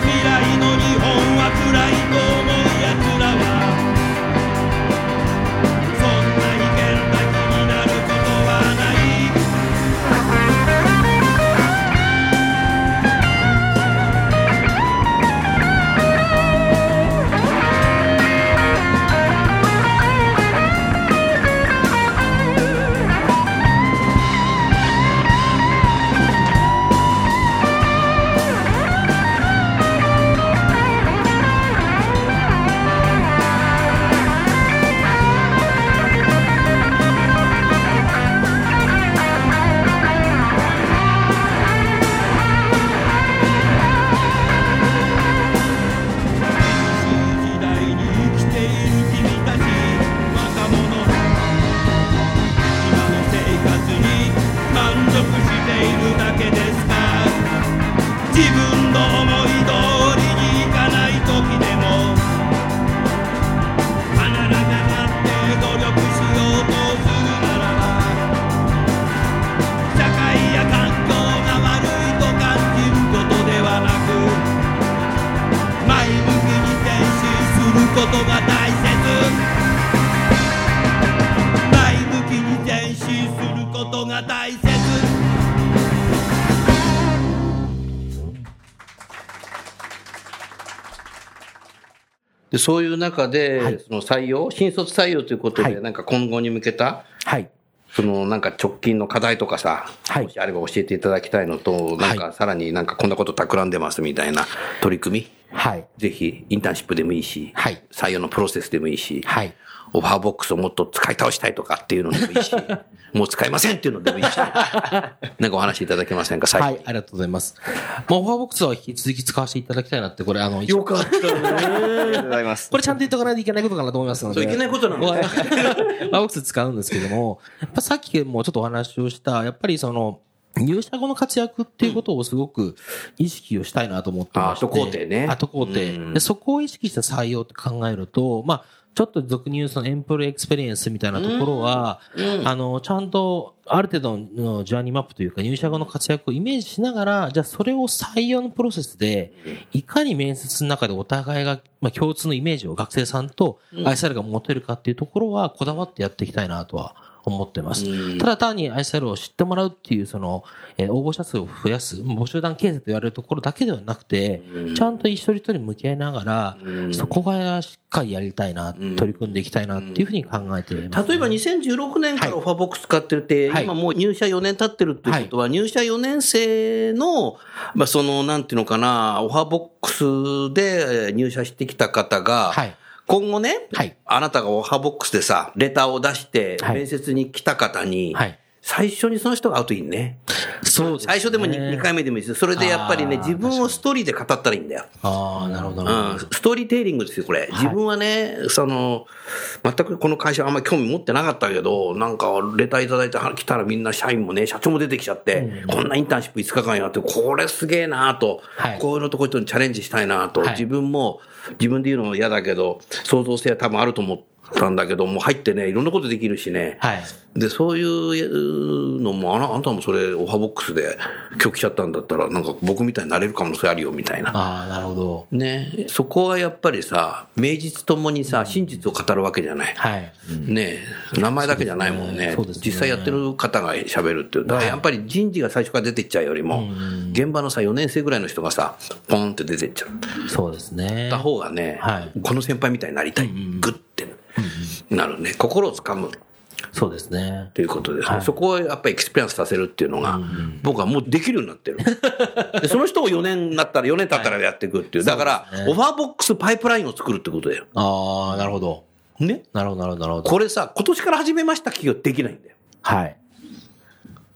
[SPEAKER 9] 未来の日本は暗いと思うや自分の思い通りにいかない時でもあなただって努力しようとするならば社会や環境が悪いと感じることではなく前向きに前進することが大切前向きに前進することが大切
[SPEAKER 2] でそういう中で、その採用、新卒採用ということで、なんか今後に向けた、
[SPEAKER 10] はい。
[SPEAKER 2] そのなんか直近の課題とかさ、
[SPEAKER 10] はい
[SPEAKER 2] もしあれば教えていただきたいのと、なんかさらになんかこんなこと企んでますみたいな取り組み、
[SPEAKER 10] はい。
[SPEAKER 2] ぜひインターンシップでもいいし、
[SPEAKER 10] はい
[SPEAKER 2] 採用のプロセスでもいいし、
[SPEAKER 10] はい。
[SPEAKER 2] オファーボックスをもっと使い倒したいとかっていうのでもい いし、もう使いませんっていうのでもいいし、なんかお話しいただけませんか、最後。
[SPEAKER 7] はい、ありがとうございます。まあ、オファーボックスは引き続き使わせていただきたいなって、これ、あの、一応
[SPEAKER 2] かった
[SPEAKER 8] ありがとうございます。
[SPEAKER 7] これちゃんと言っとかないといけないことかなと思いますので。
[SPEAKER 2] そういけないことなの
[SPEAKER 7] オファーボックス使うんですけども、やっぱさっきもちょっとお話をした、やっぱりその、入社後の活躍っていうことをすごく意識をしたいなと思ってまして。
[SPEAKER 2] あ後工程ね
[SPEAKER 7] 後工程。
[SPEAKER 2] うん
[SPEAKER 7] で、そこを意識した採用って考えると、まあ、ちょっと俗に言うそのエンプルエクスペリエンスみたいなところは、あの、ちゃんとある程度のジャーニーマップというか入社後の活躍をイメージしながら、じゃあそれを採用のプロセスで、いかに面接の中でお互いが、まあ、共通のイメージを学生さんと愛されが持てるかっていうところはこだわってやっていきたいなとは思ってます。ただ単に愛されを知ってもらうっていう、その、えー応募者数を増やす、募集団形成と言われるところだけではなくて、ちゃんと一人一人向き合いながら、そこがしっかりやりたいな、取り組んでいきたいなっていうふうに考えています。
[SPEAKER 2] 例えば2016年からオファーボックス使ってるって、
[SPEAKER 7] はい
[SPEAKER 2] 今もう入社4年経ってるっていうことは、入社4年生の、まあ、その、なんていうのかな、オファーボックスで入社してきた方が、
[SPEAKER 7] はい。
[SPEAKER 2] 今後ね、
[SPEAKER 7] はい
[SPEAKER 2] あなたがオファーボックスでさ、レターを出して、
[SPEAKER 7] はい
[SPEAKER 2] 面接に来た方に、
[SPEAKER 7] はい。
[SPEAKER 2] 最初にその人が会うといいね。
[SPEAKER 7] そうですね。
[SPEAKER 2] 最初でも 2, 回目でもいいです。それでやっぱりね、
[SPEAKER 7] あー
[SPEAKER 2] 自分をストーリーで語ったらいいんだよ。
[SPEAKER 7] ああ、なるほどなるほ
[SPEAKER 2] う
[SPEAKER 7] ど
[SPEAKER 2] ん、。ストーリーテイリングですよ、これ。自分はね、その、全くこの会社あんまり興味持ってなかったけど、なんか、レターいただいては来たらみんな社員もね、社長も出てきちゃって、こんなインターンシップ5日間やって、これすげえなと、
[SPEAKER 7] はい
[SPEAKER 2] こういうのとこういうのにチャレンジしたいなと、
[SPEAKER 7] はい
[SPEAKER 2] 自分も、自分で言うのも嫌だけど、創造性は多分あると思ったんだけど、もう入ってね、いろんなことできるしね。
[SPEAKER 7] はい。
[SPEAKER 2] で、そういうのも、あなあなたもそれ、オファーボックスで今日来ちゃったんだったら、なんか僕みたいになれる可能性あるよ、みたいな。
[SPEAKER 7] ああ、なるほど。
[SPEAKER 2] ね、そこはやっぱりさ、名実ともにさ、真実を語るわけじゃない。
[SPEAKER 7] はい。
[SPEAKER 2] ね名前だけじゃないもんね
[SPEAKER 7] そうです。ね
[SPEAKER 2] 実際やってる方が喋るっていう。だからやっぱり人事が最初から出てっちゃうよりも、現場のさ、4年生ぐらいの人がさ、ポンって出てっちゃ
[SPEAKER 7] そうですね。
[SPEAKER 2] った方がね
[SPEAKER 7] はい、
[SPEAKER 2] この先輩みたいになりたい。グッてなるね。心をつかむ。
[SPEAKER 7] そうですね。
[SPEAKER 2] ということですね、
[SPEAKER 7] はい
[SPEAKER 2] そこをやっぱりエクスペリエンスさせるっていうのが、僕はもうできるようになってる。でその人を4年になったら、4年経ったらやっていくっていう。だから、
[SPEAKER 7] そうですね
[SPEAKER 2] オファーボックスパイプラインを作るってことだよ。
[SPEAKER 7] ああ、なるほど。
[SPEAKER 2] ね。
[SPEAKER 7] なるほど、なるほど、なるほど。
[SPEAKER 2] これさ、今年から始めました企業できないんだよ。
[SPEAKER 7] はい。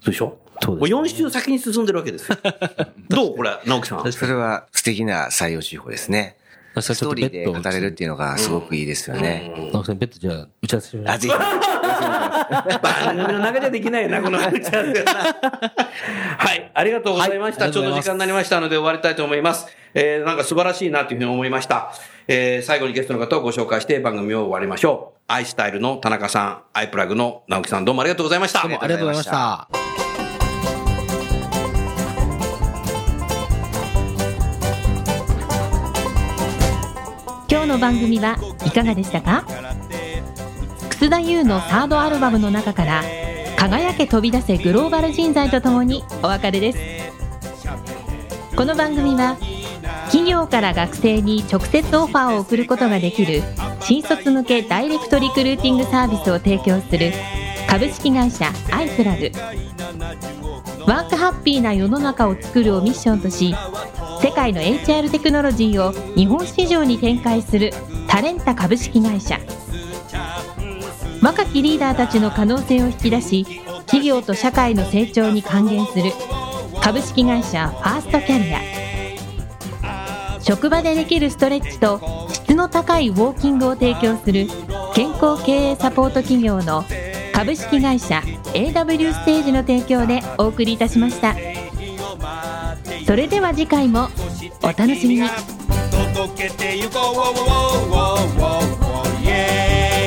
[SPEAKER 2] そうでしょ
[SPEAKER 7] そうですね
[SPEAKER 2] もう4週先に進んでるわ けですよ。どうこれ、直樹さん。
[SPEAKER 8] それは素敵な採用手法ですね。
[SPEAKER 7] 私は
[SPEAKER 8] ス
[SPEAKER 7] ちょ
[SPEAKER 8] ト
[SPEAKER 7] っ
[SPEAKER 8] ー
[SPEAKER 7] とベ
[SPEAKER 8] リーで
[SPEAKER 7] ッド
[SPEAKER 8] 語れるっていうのがすごくいいですよね。
[SPEAKER 7] 直樹さん、ベッドじゃあ、打ち合わせしましょう
[SPEAKER 8] あ、ぜひ。
[SPEAKER 2] 番組の中じゃできないよな、この打ち合わ せはなはい、ありがとうございました。
[SPEAKER 7] はいありが
[SPEAKER 2] ち
[SPEAKER 7] と
[SPEAKER 2] ょ
[SPEAKER 7] うござい
[SPEAKER 2] うど
[SPEAKER 7] ま
[SPEAKER 2] 時
[SPEAKER 7] す
[SPEAKER 2] 間になりましたので終わりたいと思います。えー、なんか素晴らしいなというふうに思いました。えー、最後にゲストの方をご紹介して番組を終わりましょう。アイスタイルの田中さん、アイプラグの直樹さん、どうもありがとうございました。
[SPEAKER 7] どうもありがとうございました。
[SPEAKER 1] 今日の番組はいかがでしたか楠田優のサードアルバムの中から「輝け飛び出せグローバル人材」とともにお別れですこの番組は企業から学生に直接オファーを送ることができる新卒向けダイレクトリクルーティングサービスを提供する株式会社アイプラグワークハッピーな世の中を作るをミッションとし世界の HR テクノロジーを日本市場に展開するタレンタ株式会社若きリーダーたちの可能性を引き出し企業と社会の成長に還元する株式会社ファーストキャリア職場でできるストレッチと質の高いウォーキングを提供する健康経営サポート企業の株式会社 AW ステージの提供でお送りいたしました。それでは次回もお楽しみに
[SPEAKER 9] 届けてゆこう yeah